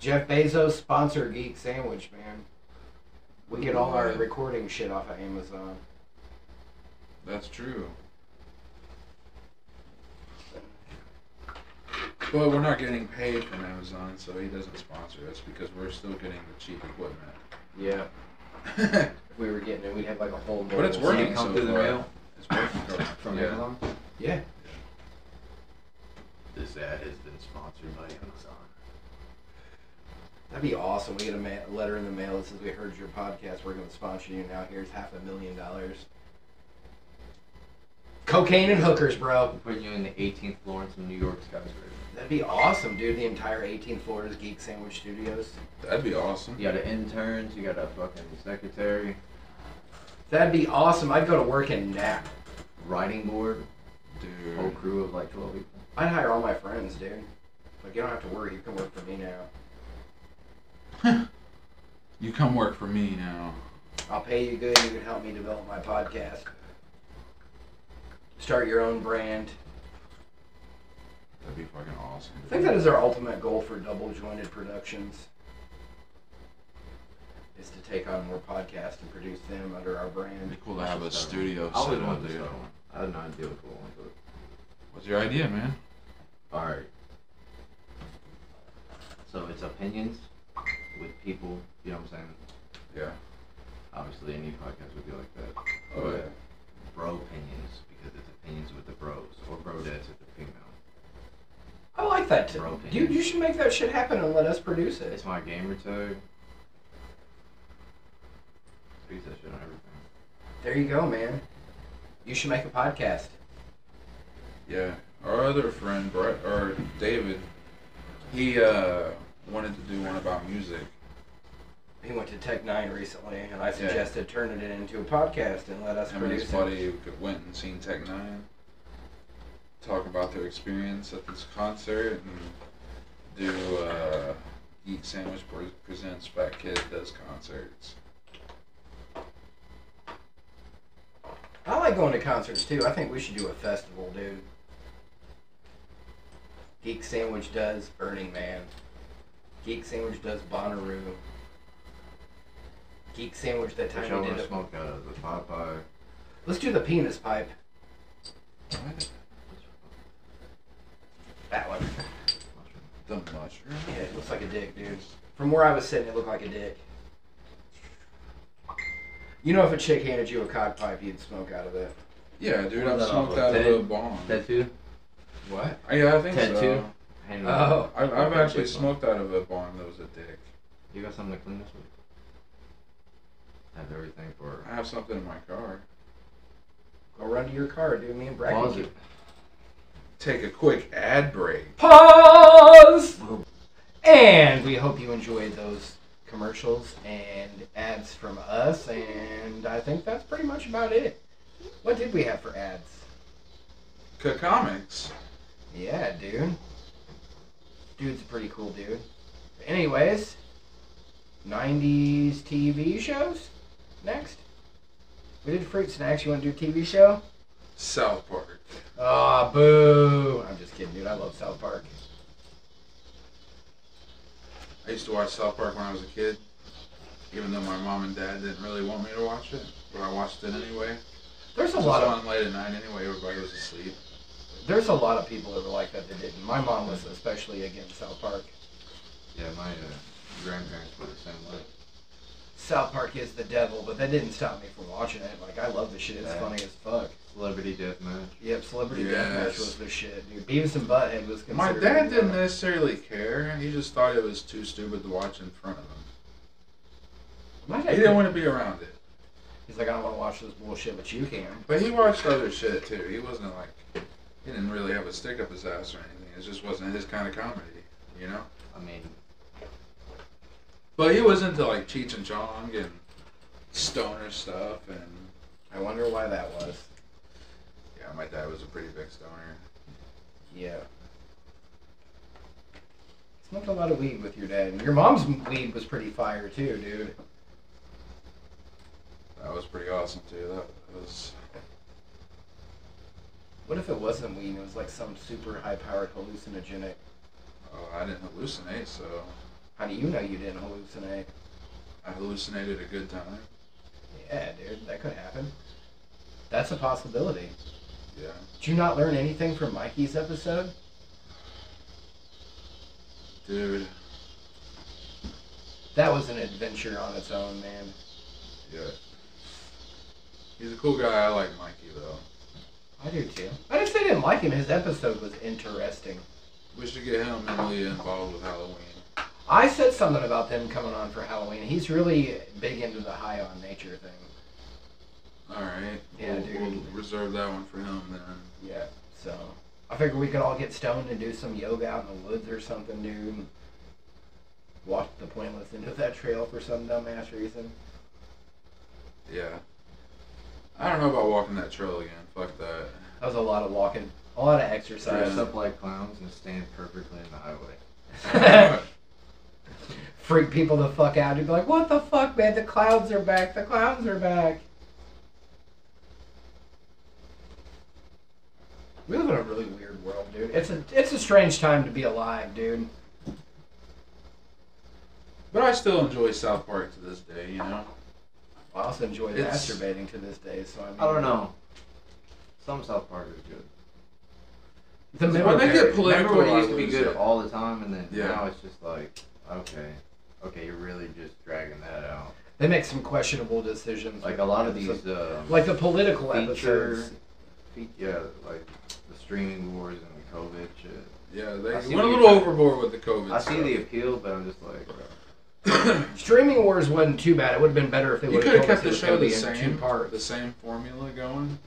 Speaker 2: Jeff Bezos sponsor Geek Sandwich, man. We get all our
Speaker 3: Yeah.
Speaker 2: recording shit off of Amazon.
Speaker 3: That's true. But we're not getting paid from Amazon, so he doesn't sponsor us because we're still getting the cheap equipment.
Speaker 2: Yeah. If we were getting it, we'd have like a whole.
Speaker 3: But it's
Speaker 2: mobile
Speaker 3: working.
Speaker 4: Can't
Speaker 2: Samsung.
Speaker 4: come
Speaker 3: so
Speaker 4: through the
Speaker 3: far.
Speaker 4: mail
Speaker 3: it's working
Speaker 4: from
Speaker 3: yeah.
Speaker 4: Amazon.
Speaker 2: Yeah.
Speaker 4: This ad has been sponsored by Amazon.
Speaker 2: That'd be awesome. We get a ma- letter in the mail that says we heard your podcast. We're going to sponsor you now. Here's half a million dollars. Cocaine and hookers, bro.
Speaker 4: I'm putting you in the 18th Lawrence in New York skyscraper.
Speaker 2: That'd be awesome, dude. The entire 18th floor is Geek Sandwich Studios.
Speaker 3: That'd be awesome.
Speaker 4: You got an interns, you got a fucking secretary,
Speaker 2: That'd be awesome. I'd go to work and nap.
Speaker 4: writing board,
Speaker 2: Oh,
Speaker 4: whole
Speaker 3: Dude.
Speaker 4: crew of like 12 people.
Speaker 2: I'd hire all my friends, dude. Like you don't have to worry. You can work for me now.
Speaker 3: You come work for me now.
Speaker 2: I'll pay you good. You can help me develop my podcast. Start your own brand.
Speaker 3: That'd be fucking awesome.
Speaker 2: I think that is our ultimate goal for Double Jointed Productions. Is to take on more podcasts and produce them under our
Speaker 3: It'd
Speaker 2: brand.
Speaker 3: be cool to have a
Speaker 4: Start
Speaker 3: studio
Speaker 4: one. I
Speaker 3: set
Speaker 4: would
Speaker 3: up,
Speaker 4: want to
Speaker 3: dude.
Speaker 4: start one. I had an idea for one, but
Speaker 3: What's your idea, man?
Speaker 4: all right. So it's opinions, with people. You know what I'm saying?
Speaker 3: Yeah.
Speaker 4: Obviously, any podcast would be like that.
Speaker 3: Oh yeah.
Speaker 4: Bro opinions because it's opinions with the bros or brodettes if they're female.
Speaker 2: I like that too.
Speaker 4: Bro
Speaker 2: Dude,
Speaker 4: opinions.
Speaker 2: you should make that shit happen and let us produce it.
Speaker 4: It's my gamer tag. Speaks that shit on everything.
Speaker 2: There you go, man. You should make a podcast.
Speaker 3: Yeah. Our other friend Brett or David, he uh wanted to do one about music.
Speaker 2: He went to Tech Nine recently, and I suggested turning it into a podcast and let us
Speaker 3: Him and his
Speaker 2: produce it.
Speaker 3: buddy went and seen Tech Nine, talk about their experience at this concert, and do uh, Geek Sandwich Pre- presents Fat Kid does concerts.
Speaker 2: I like going to concerts too. I think we should do a festival, dude. Geek Sandwich does Burning Man. Geek Sandwich does Bonnaroo. Geek Sandwich that
Speaker 4: Which
Speaker 2: time
Speaker 4: I
Speaker 2: we
Speaker 4: want
Speaker 2: did
Speaker 4: to
Speaker 2: it.
Speaker 4: smoke out of the Popeye.
Speaker 2: Let's do the penis pipe.
Speaker 3: What?
Speaker 2: That one.
Speaker 3: The mushroom.
Speaker 2: Yeah, it looks like a dick, dude. From where I was sitting, it looked like a dick. You know, if a chick handed you a cock pipe, you'd smoke out of it.
Speaker 3: Yeah, dude,
Speaker 4: What
Speaker 3: I've
Speaker 4: about
Speaker 3: smoked
Speaker 4: the
Speaker 3: out of a
Speaker 4: tat-
Speaker 3: bong.
Speaker 4: Tattoo?
Speaker 2: What?
Speaker 3: Yeah, I think
Speaker 4: tattoo?
Speaker 3: so.
Speaker 4: Hand
Speaker 2: Oh.
Speaker 3: I've, I've actually smoked out of a bong that was a dick.
Speaker 4: You got something to clean this with? I have everything for
Speaker 3: I have something in my car.
Speaker 2: Go run to your car, dude. Me and Bracken.
Speaker 4: closet.
Speaker 3: Take a quick ad break.
Speaker 2: Pause! And we hope you enjoyed those commercials and ads from us, and I think that's pretty much about it. What did we have for ads?
Speaker 3: K comics.
Speaker 2: Yeah, dude. Dude's a pretty cool dude. Anyways, 90s TV shows? Next. We did fruit snacks. You want to do TV show?
Speaker 3: South Park.
Speaker 2: Ah, boo. I'm just kidding, dude. I love South Park.
Speaker 3: I used to watch South Park when I was a kid, even though my mom and dad didn't really want me to watch it, but I watched it anyway.
Speaker 2: There's a
Speaker 3: It was
Speaker 2: lot of
Speaker 3: on late at night anyway. Everybody was asleep.
Speaker 2: There's a lot of people that were like that that didn't. My mom was especially against South Park.
Speaker 4: Yeah, my uh, grandparents were the same way.
Speaker 2: South Park is the devil, but that didn't stop me from watching it. Like I love the shit. It's
Speaker 4: Yeah.
Speaker 2: funny as fuck.
Speaker 4: Celebrity Deathmatch.
Speaker 2: Yep, Celebrity
Speaker 3: Yes.
Speaker 2: Deathmatch was the shit, dude. Beavis and Butthead was
Speaker 3: My
Speaker 2: considered.
Speaker 3: dad didn't necessarily care. He just thought it was too stupid to watch in front of him.
Speaker 2: My dad
Speaker 3: He didn't want to be around it.
Speaker 2: He's like, I don't want to watch this bullshit, but you can.
Speaker 3: But he watched other shit too. He wasn't like, he didn't really have a stick up his ass or anything. It just wasn't his kind of comedy, you know?
Speaker 4: I mean,
Speaker 3: But he was into like Cheech and Chong and stoner stuff. And
Speaker 2: I wonder why that was.
Speaker 3: yeah, my dad was a pretty big stoner.
Speaker 2: Yeah. Smoked a lot of weed with your dad. and Your mom's weed was pretty fire too, dude.
Speaker 3: That was pretty awesome too. That was
Speaker 2: What if it wasn't weed? It was like some super high-powered hallucinogenic.
Speaker 3: Oh, I didn't hallucinate, so
Speaker 2: How do you know you didn't hallucinate?
Speaker 3: I hallucinated a good time.
Speaker 2: Yeah, dude, that could happen. That's a possibility.
Speaker 3: Yeah.
Speaker 2: Did you not learn anything from Mikey's episode?
Speaker 3: Dude.
Speaker 2: That was an adventure on its own, man.
Speaker 3: Yeah. He's a cool guy. I like Mikey, though.
Speaker 2: I do too. I just didn't like him. His episode was interesting.
Speaker 3: We should get him and Leah involved with Halloween.
Speaker 2: I said something about them coming on for Halloween. He's really big into the high on nature thing.
Speaker 3: Alright.
Speaker 2: Yeah,
Speaker 3: we'll,
Speaker 2: dude.
Speaker 3: we'll reserve that one for him then.
Speaker 2: Yeah. So I figured we could all get stoned and do some yoga out in the woods or something, dude. Walk the pointless end of that trail for some dumbass reason.
Speaker 3: Yeah. I don't know about walking that trail again. Fuck that.
Speaker 2: That was a lot of walking, a lot of
Speaker 4: dress
Speaker 2: exercise.
Speaker 3: Yeah.
Speaker 4: up like clowns and stand perfectly in the highway.
Speaker 2: Freak people the fuck out. You'd be like, what the fuck, man? The clouds are back. The clouds are back. We live in a really weird world, dude. It's a it's a strange time to be alive, dude.
Speaker 3: but I still enjoy South Park to this day, you know?
Speaker 2: I also enjoy
Speaker 3: It's-
Speaker 2: masturbating to this day, so I mean,
Speaker 4: I don't know. Some South Park is good.
Speaker 2: The
Speaker 3: When
Speaker 2: middle
Speaker 3: they get
Speaker 2: period.
Speaker 3: political,
Speaker 4: Remember when
Speaker 3: I
Speaker 4: it used to be
Speaker 3: lose
Speaker 4: good
Speaker 3: it.
Speaker 4: all the time, and then
Speaker 3: Yeah.
Speaker 4: now it's just like, okay, Okay, you're really just dragging that out.
Speaker 2: They make some questionable decisions.
Speaker 4: Like a lot of
Speaker 2: So-
Speaker 4: these, um,
Speaker 2: like the political
Speaker 4: feature,
Speaker 2: episodes.
Speaker 4: fe- yeah, like the streaming wars and the COVID shit.
Speaker 3: Yeah, they
Speaker 4: I
Speaker 3: went
Speaker 4: see
Speaker 3: a
Speaker 4: what
Speaker 3: little
Speaker 4: you're-
Speaker 3: overboard with the COVID.
Speaker 4: I see the appeal, but I'm just like, bro.
Speaker 3: the.
Speaker 2: Streaming wars wasn't too bad. It would have been better if they
Speaker 3: you
Speaker 2: would
Speaker 3: could
Speaker 2: have
Speaker 3: have kept
Speaker 2: it
Speaker 3: the
Speaker 2: was
Speaker 3: show
Speaker 2: going to
Speaker 3: the
Speaker 2: be in two
Speaker 3: same, the
Speaker 2: parts.
Speaker 3: same formula going,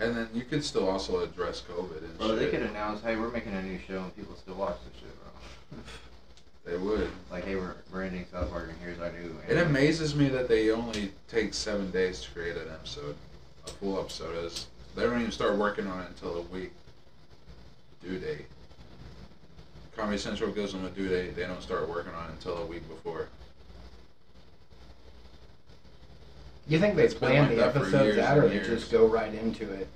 Speaker 3: and then you could still also address COVID and
Speaker 4: Bro,
Speaker 3: shit.
Speaker 4: they could announce, hey, we're making a new show and people still watch this shit, bro.
Speaker 3: They would.
Speaker 4: Like, hey, we're, we're ending South Park and here's our new.
Speaker 3: It amazes me that they only take seven days to create an episode, a full episode. Is they don't even start working on it until a week due date. Comedy Central gives them a due date. They don't start working on it until a week before.
Speaker 2: You think they
Speaker 3: It's been
Speaker 2: plan the
Speaker 3: like that for
Speaker 2: episodes
Speaker 3: years
Speaker 2: out, or
Speaker 3: and
Speaker 2: they
Speaker 3: years.
Speaker 2: just go right into it?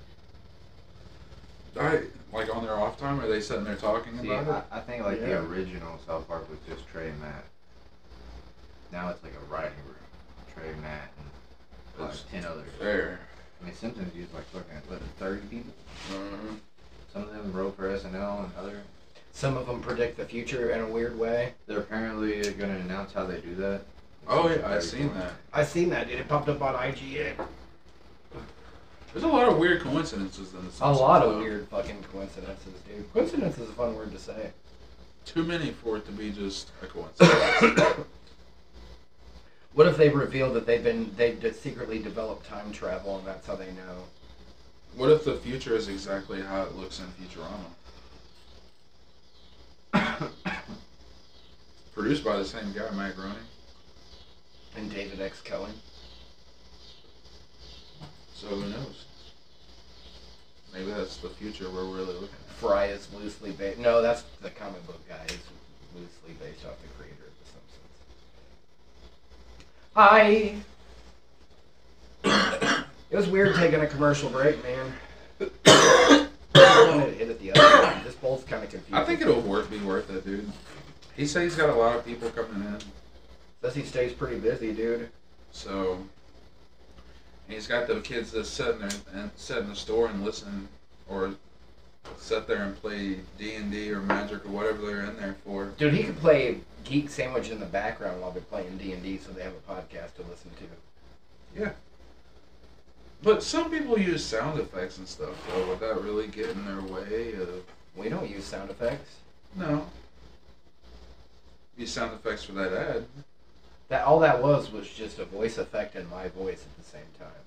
Speaker 3: I like on their off time. Are they sitting there talking
Speaker 4: See,
Speaker 3: about
Speaker 4: I,
Speaker 3: it?
Speaker 4: I think like
Speaker 2: Yeah.
Speaker 4: the original South Park was just Trey and Matt. Now it's like a writing room. Trey, Matt, and like
Speaker 3: It's
Speaker 4: ten others.
Speaker 3: Fair.
Speaker 4: I mean, Simpsons used like fucking what, thirty people.
Speaker 3: Mhm.
Speaker 4: Some of them wrote for SNL, and other.
Speaker 2: Some of them predict the future in a weird way.
Speaker 4: They're apparently gonna announce how they do that.
Speaker 3: Oh yeah, I've seen that.
Speaker 2: I seen that, dude. It popped up on IGN.
Speaker 3: There's a lot of weird coincidences in this.
Speaker 2: A lot of weird fucking coincidences, dude. Coincidence is a fun word to say.
Speaker 3: Too many for it to be just a coincidence.
Speaker 2: What if they reveal that they've been they have secretly developed time travel and that's how they know?
Speaker 3: what if the future is exactly how it looks in Futurama? Produced by the same guy, Mike Roney.
Speaker 2: And David X. Cohen.
Speaker 3: So who knows? Maybe that's the future we're really looking at.
Speaker 2: Fry is loosely based. No, that's the comic book guy is loosely based off the creator of The Simpsons. Hi. it was weird taking a commercial break, man. I wanted to hit it the other way. This bowl's kind of confusing.
Speaker 3: I think it'll work, be worth it, dude. He said he's got a lot of people coming in,
Speaker 2: Says he stays pretty busy, dude.
Speaker 3: so and he's got the kids that sit in there and sit in the store and listen, or sit there and play D and D or Magic or whatever they're in there for.
Speaker 2: Dude, he could play Geek Sandwich in the background while they're playing D and D, so they have a podcast to listen to.
Speaker 3: But some people use sound effects and stuff though, without really getting their way of
Speaker 2: We don't use sound effects.
Speaker 3: no. Use sound effects for that ad.
Speaker 2: That all that was was just a voice effect and my voice at the same time.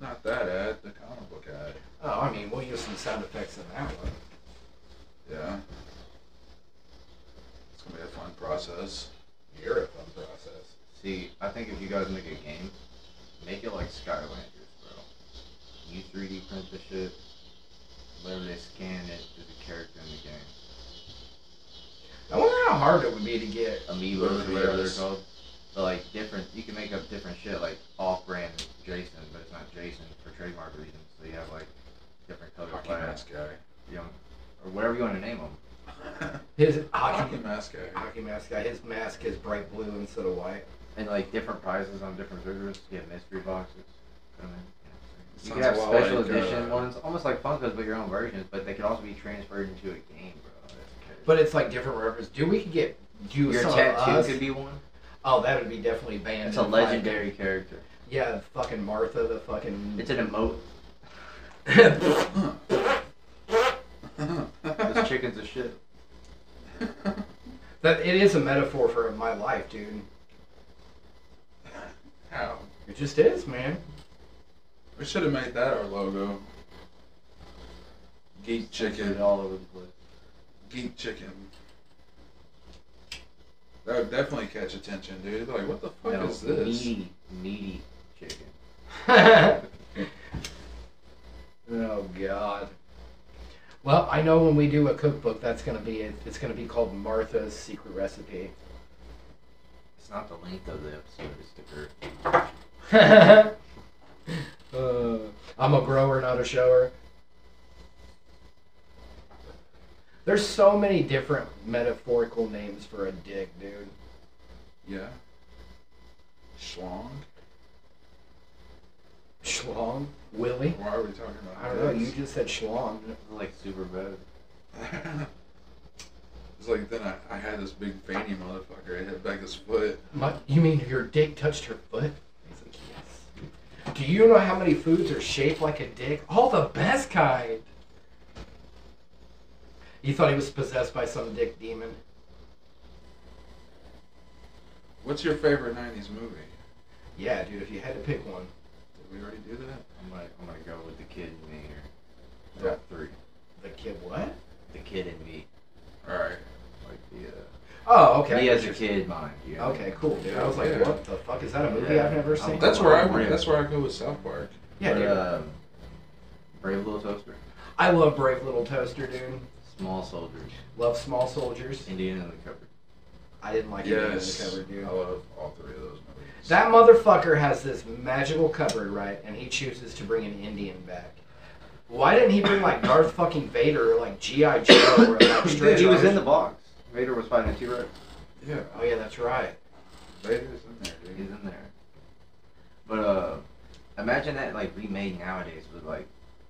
Speaker 3: Not that ad, the comic book ad.
Speaker 2: Oh, I mean, we'll use some sound effects in that one.
Speaker 3: Yeah. It's gonna be a fun process. You're a fun process.
Speaker 4: See, I think if you guys make a game, make it like Skylanders, bro. You 3D print the shit. Whenever they scan it, there's a character in the game.
Speaker 2: I wonder how hard it would be to get.
Speaker 4: Amiibos, or whatever they're
Speaker 3: Hilarious.
Speaker 4: called. But like different, you can make up different shit, like off-brand Jason, but it's not Jason for trademark reasons. So you have like different color
Speaker 3: Hockey
Speaker 4: flags,
Speaker 3: mask
Speaker 4: you know, or whatever you want to name them.
Speaker 3: guy.
Speaker 2: His
Speaker 3: Hockey
Speaker 2: hockey,
Speaker 3: mask guy.
Speaker 2: hockey mask guy, his mask is bright blue instead of white.
Speaker 4: And like different prizes on different figures. You have mystery boxes. put 'em
Speaker 3: Sounds
Speaker 4: in, You, know, you have
Speaker 3: a lot
Speaker 4: special
Speaker 3: like,
Speaker 4: edition
Speaker 3: uh,
Speaker 4: ones, almost like Funkos, but your own versions. But they can also be transferred into a game, bro. That's
Speaker 2: But it's like different references. Do we could get do
Speaker 4: your
Speaker 2: some of
Speaker 4: tattoo
Speaker 2: us-
Speaker 4: could be one.
Speaker 2: Oh, that would be definitely banned.
Speaker 4: It's a
Speaker 2: in, like-
Speaker 4: legendary character.
Speaker 2: yeah, fucking Martha, the fucking.
Speaker 4: It's an emote. This chicken's a shit.
Speaker 2: that it is a metaphor for my life, dude.
Speaker 3: How?
Speaker 2: It just is, man.
Speaker 3: We should have made that our logo. Geek
Speaker 4: It's
Speaker 3: chicken.
Speaker 4: all over the place.
Speaker 3: Geek chicken. That would definitely catch attention, dude. Like, what the fuck
Speaker 4: No,
Speaker 3: is this?
Speaker 4: Meaty, meaty chicken.
Speaker 2: oh God. Well, I know when we do a cookbook, that's gonna be it. It's gonna be called Martha's Secret Recipe.
Speaker 4: It's not the length of the episode. It's the girth.
Speaker 2: uh, I'm a grower, not a shower. There's so many different metaphorical names for a dick, dude.
Speaker 3: Yeah. Schlong?
Speaker 2: Schlong, Willie.
Speaker 3: Why are we talking
Speaker 2: I
Speaker 3: about
Speaker 2: don't know. You
Speaker 3: this?
Speaker 2: just said schlong.
Speaker 4: Like super bad.
Speaker 3: Is It's like then I, I had this big veiny motherfucker. It hit back his foot.
Speaker 2: My, you mean your dick touched her foot? He's like, yes. Do you know how many foods are shaped like a dick? All the best kind. You thought he was possessed by some dick demon.
Speaker 3: What's your favorite '90s movie?
Speaker 2: Yeah, dude, if you had to pick one.
Speaker 3: Did we already do that?
Speaker 4: I'm gonna, I'm gonna go with the kid in me here.
Speaker 3: Yeah.
Speaker 4: Top three.
Speaker 2: The kid what?
Speaker 4: The kid in me.
Speaker 3: All right.
Speaker 4: Like the
Speaker 2: Oh,
Speaker 4: uh,
Speaker 2: okay.
Speaker 4: me as a kid mind. You know?
Speaker 2: Okay, cool, dude. I was like,
Speaker 3: Yeah.
Speaker 2: what the fuck? Is that a movie
Speaker 4: Yeah.
Speaker 2: I've never seen?
Speaker 4: That-
Speaker 3: That's where I went. That's where I go with South Park.
Speaker 2: yeah,
Speaker 4: but,
Speaker 2: dude.
Speaker 4: um, Brave Little Toaster.
Speaker 2: I love Brave Little Toaster, dude.
Speaker 4: Small Soldiers.
Speaker 2: Love Small Soldiers.
Speaker 4: Indian in the Cupboard.
Speaker 2: I didn't like it in the
Speaker 3: yes.
Speaker 2: cover, dude.
Speaker 3: I love all three of those movies.
Speaker 2: That motherfucker has this magical cupboard, right? And he chooses to bring an Indian back. Why didn't he bring like Darth fucking Vader or like G.I. Joe or like
Speaker 4: He,
Speaker 2: straight
Speaker 4: was
Speaker 2: up-
Speaker 4: in the box. Vader was fighting a T-Rex.
Speaker 3: yeah.
Speaker 2: Oh yeah, that's right.
Speaker 3: Vader's in there,
Speaker 4: He's
Speaker 3: dude.
Speaker 4: in there. But uh, imagine that like remade nowadays with like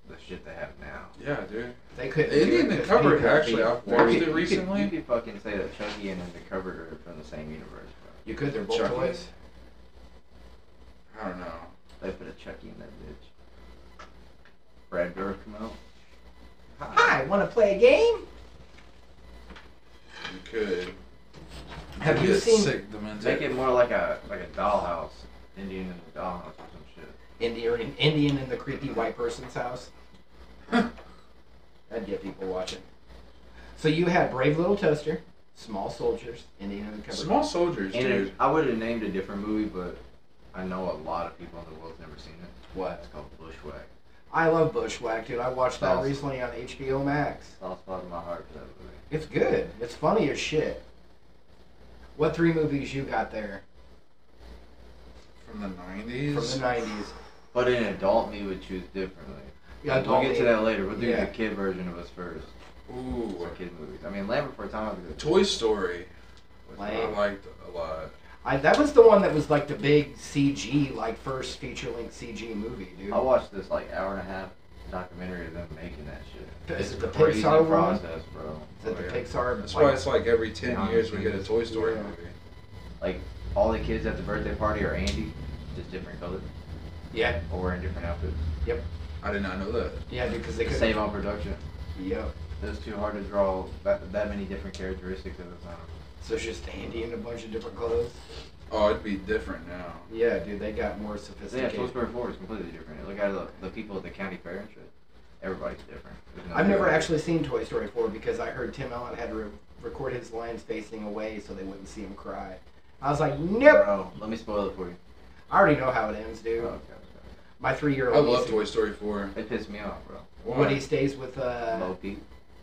Speaker 4: the shit they have now.
Speaker 3: Yeah, dude.
Speaker 2: They couldn't.
Speaker 3: The
Speaker 2: do
Speaker 3: Indian
Speaker 2: it
Speaker 3: in the
Speaker 2: 'cause
Speaker 3: cupboard
Speaker 2: people-
Speaker 3: Actually, I've
Speaker 4: Very-
Speaker 3: watched it
Speaker 4: you could-
Speaker 3: recently.
Speaker 4: you could fucking say that Chucky and Undercover are from the same universe. Bro.
Speaker 2: You could. They're both
Speaker 3: Chucky.
Speaker 2: toys.
Speaker 3: I don't know.
Speaker 4: They put a Chucky in that bitch. Brad Dourif come out.
Speaker 2: Hi, want to play a game?
Speaker 3: You could.
Speaker 2: Have
Speaker 3: could
Speaker 2: you
Speaker 3: get
Speaker 2: seen
Speaker 3: sick demented.
Speaker 4: Make it more like a like a dollhouse, Indian in the dollhouse or some shit.
Speaker 2: Indian Indian in the creepy white person's house? That'd get people watching. So you had Brave Little Toaster, Small Soldiers, Indian in the cupboard.
Speaker 3: Small Soldiers,
Speaker 4: And
Speaker 3: dude.
Speaker 4: it, I would have named a different movie, but I know a lot of people in the world's never seen it.
Speaker 2: What?
Speaker 4: It's called Bushwhack.
Speaker 2: I love Bushwhack, dude. I watched that
Speaker 4: Awesome.
Speaker 2: recently on HBO Max.
Speaker 4: Soft spot in my heart for that movie.
Speaker 2: It's good. It's funny as shit. What three movies you got there
Speaker 3: From the
Speaker 2: from
Speaker 3: nineties.
Speaker 2: the 90s?
Speaker 4: But an adult me would choose differently.
Speaker 2: Yeah,
Speaker 4: we'll get to that later. We'll do
Speaker 2: Yeah.
Speaker 4: the kid version of us first.
Speaker 3: Ooh.
Speaker 4: For kid movies. I mean, Land Before Time is
Speaker 3: Toy Story. I
Speaker 2: Lame.
Speaker 3: liked a lot.
Speaker 2: I, that was the one that was like the big CG, like first feature length CG movie, dude.
Speaker 4: I watched this like hour and a half documentary of them making that shit.
Speaker 2: Is
Speaker 4: It's
Speaker 2: it the
Speaker 4: a crazy
Speaker 2: Pixar one?
Speaker 4: process, bro.
Speaker 2: the, the
Speaker 3: Oh, yeah.
Speaker 2: Pixar.
Speaker 3: That's
Speaker 2: like-
Speaker 3: why it's like every ten
Speaker 4: Yeah.
Speaker 3: years we get a Toy Story
Speaker 2: Yeah.
Speaker 3: movie.
Speaker 4: All the kids at the birthday party are Andy, just different colors
Speaker 2: yeah,
Speaker 4: or in different outfits.
Speaker 3: I did not know that.
Speaker 2: yeah, dude, because they
Speaker 4: They
Speaker 2: could.
Speaker 4: save on production.
Speaker 2: Yep.
Speaker 4: It was too hard to draw that, that many different characteristics at the time.
Speaker 2: So it's just Andy in a bunch of different clothes.
Speaker 3: Oh, it'd be different now.
Speaker 2: Yeah, dude, they got more
Speaker 4: Yeah,
Speaker 2: sophisticated.
Speaker 4: Toy Story 4 is completely different. Look at the, the people at the county fair and shit. Everybody's different. There's no
Speaker 2: I've never
Speaker 4: hierarchy.
Speaker 2: actually seen Toy Story 4 because I heard Tim Allen had to re- record his lines facing away so they wouldn't see him cry. I was like, nope.
Speaker 4: Bro, let me spoil it for you.
Speaker 2: I already know how it ends, dude.
Speaker 4: Oh, okay, okay.
Speaker 2: My three-year-old.
Speaker 3: I love
Speaker 2: niece-
Speaker 3: Toy Story Four.
Speaker 4: It pissed me off, bro.
Speaker 2: When he stays with uh,
Speaker 4: Loki,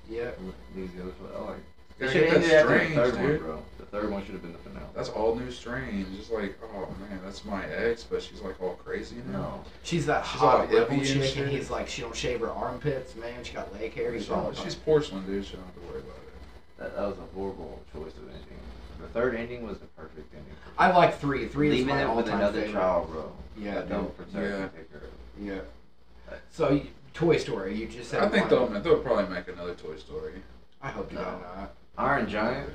Speaker 2: yeah,
Speaker 4: these other I like. They
Speaker 3: Gotta
Speaker 4: should
Speaker 3: get
Speaker 4: have ended
Speaker 3: that
Speaker 4: after the
Speaker 3: strange,
Speaker 4: third one,
Speaker 3: dude.
Speaker 4: bro. The third one should have been the finale.
Speaker 3: That's all new strange. It's like, oh man, that's my ex, but she's like all crazy now.
Speaker 4: no.
Speaker 2: she's that
Speaker 3: She's
Speaker 2: hot
Speaker 3: all
Speaker 2: rebel
Speaker 3: hippie and
Speaker 2: chick, and
Speaker 3: shit.
Speaker 2: he's like, she don't shave her armpits, man. She got leg hair. He's
Speaker 3: She's,
Speaker 2: all,
Speaker 3: she's porcelain, dude. She don't have to worry about it.
Speaker 4: That, that was a horrible choice of ending. The third ending was the perfect ending.
Speaker 2: I like three. Three is
Speaker 4: Leaving
Speaker 2: my
Speaker 4: it with
Speaker 2: all-time
Speaker 4: another
Speaker 2: favorite.
Speaker 4: child, bro.
Speaker 2: Yeah,
Speaker 4: That they'll
Speaker 2: dude.
Speaker 4: protect
Speaker 3: Yeah.
Speaker 4: and take care of.
Speaker 2: yeah. So you, Toy Story, you just said.
Speaker 3: I think
Speaker 2: one.
Speaker 3: they'll they'll probably make another Toy Story.
Speaker 2: I hope you
Speaker 4: No.
Speaker 2: don't. uh,
Speaker 4: Iron Giant.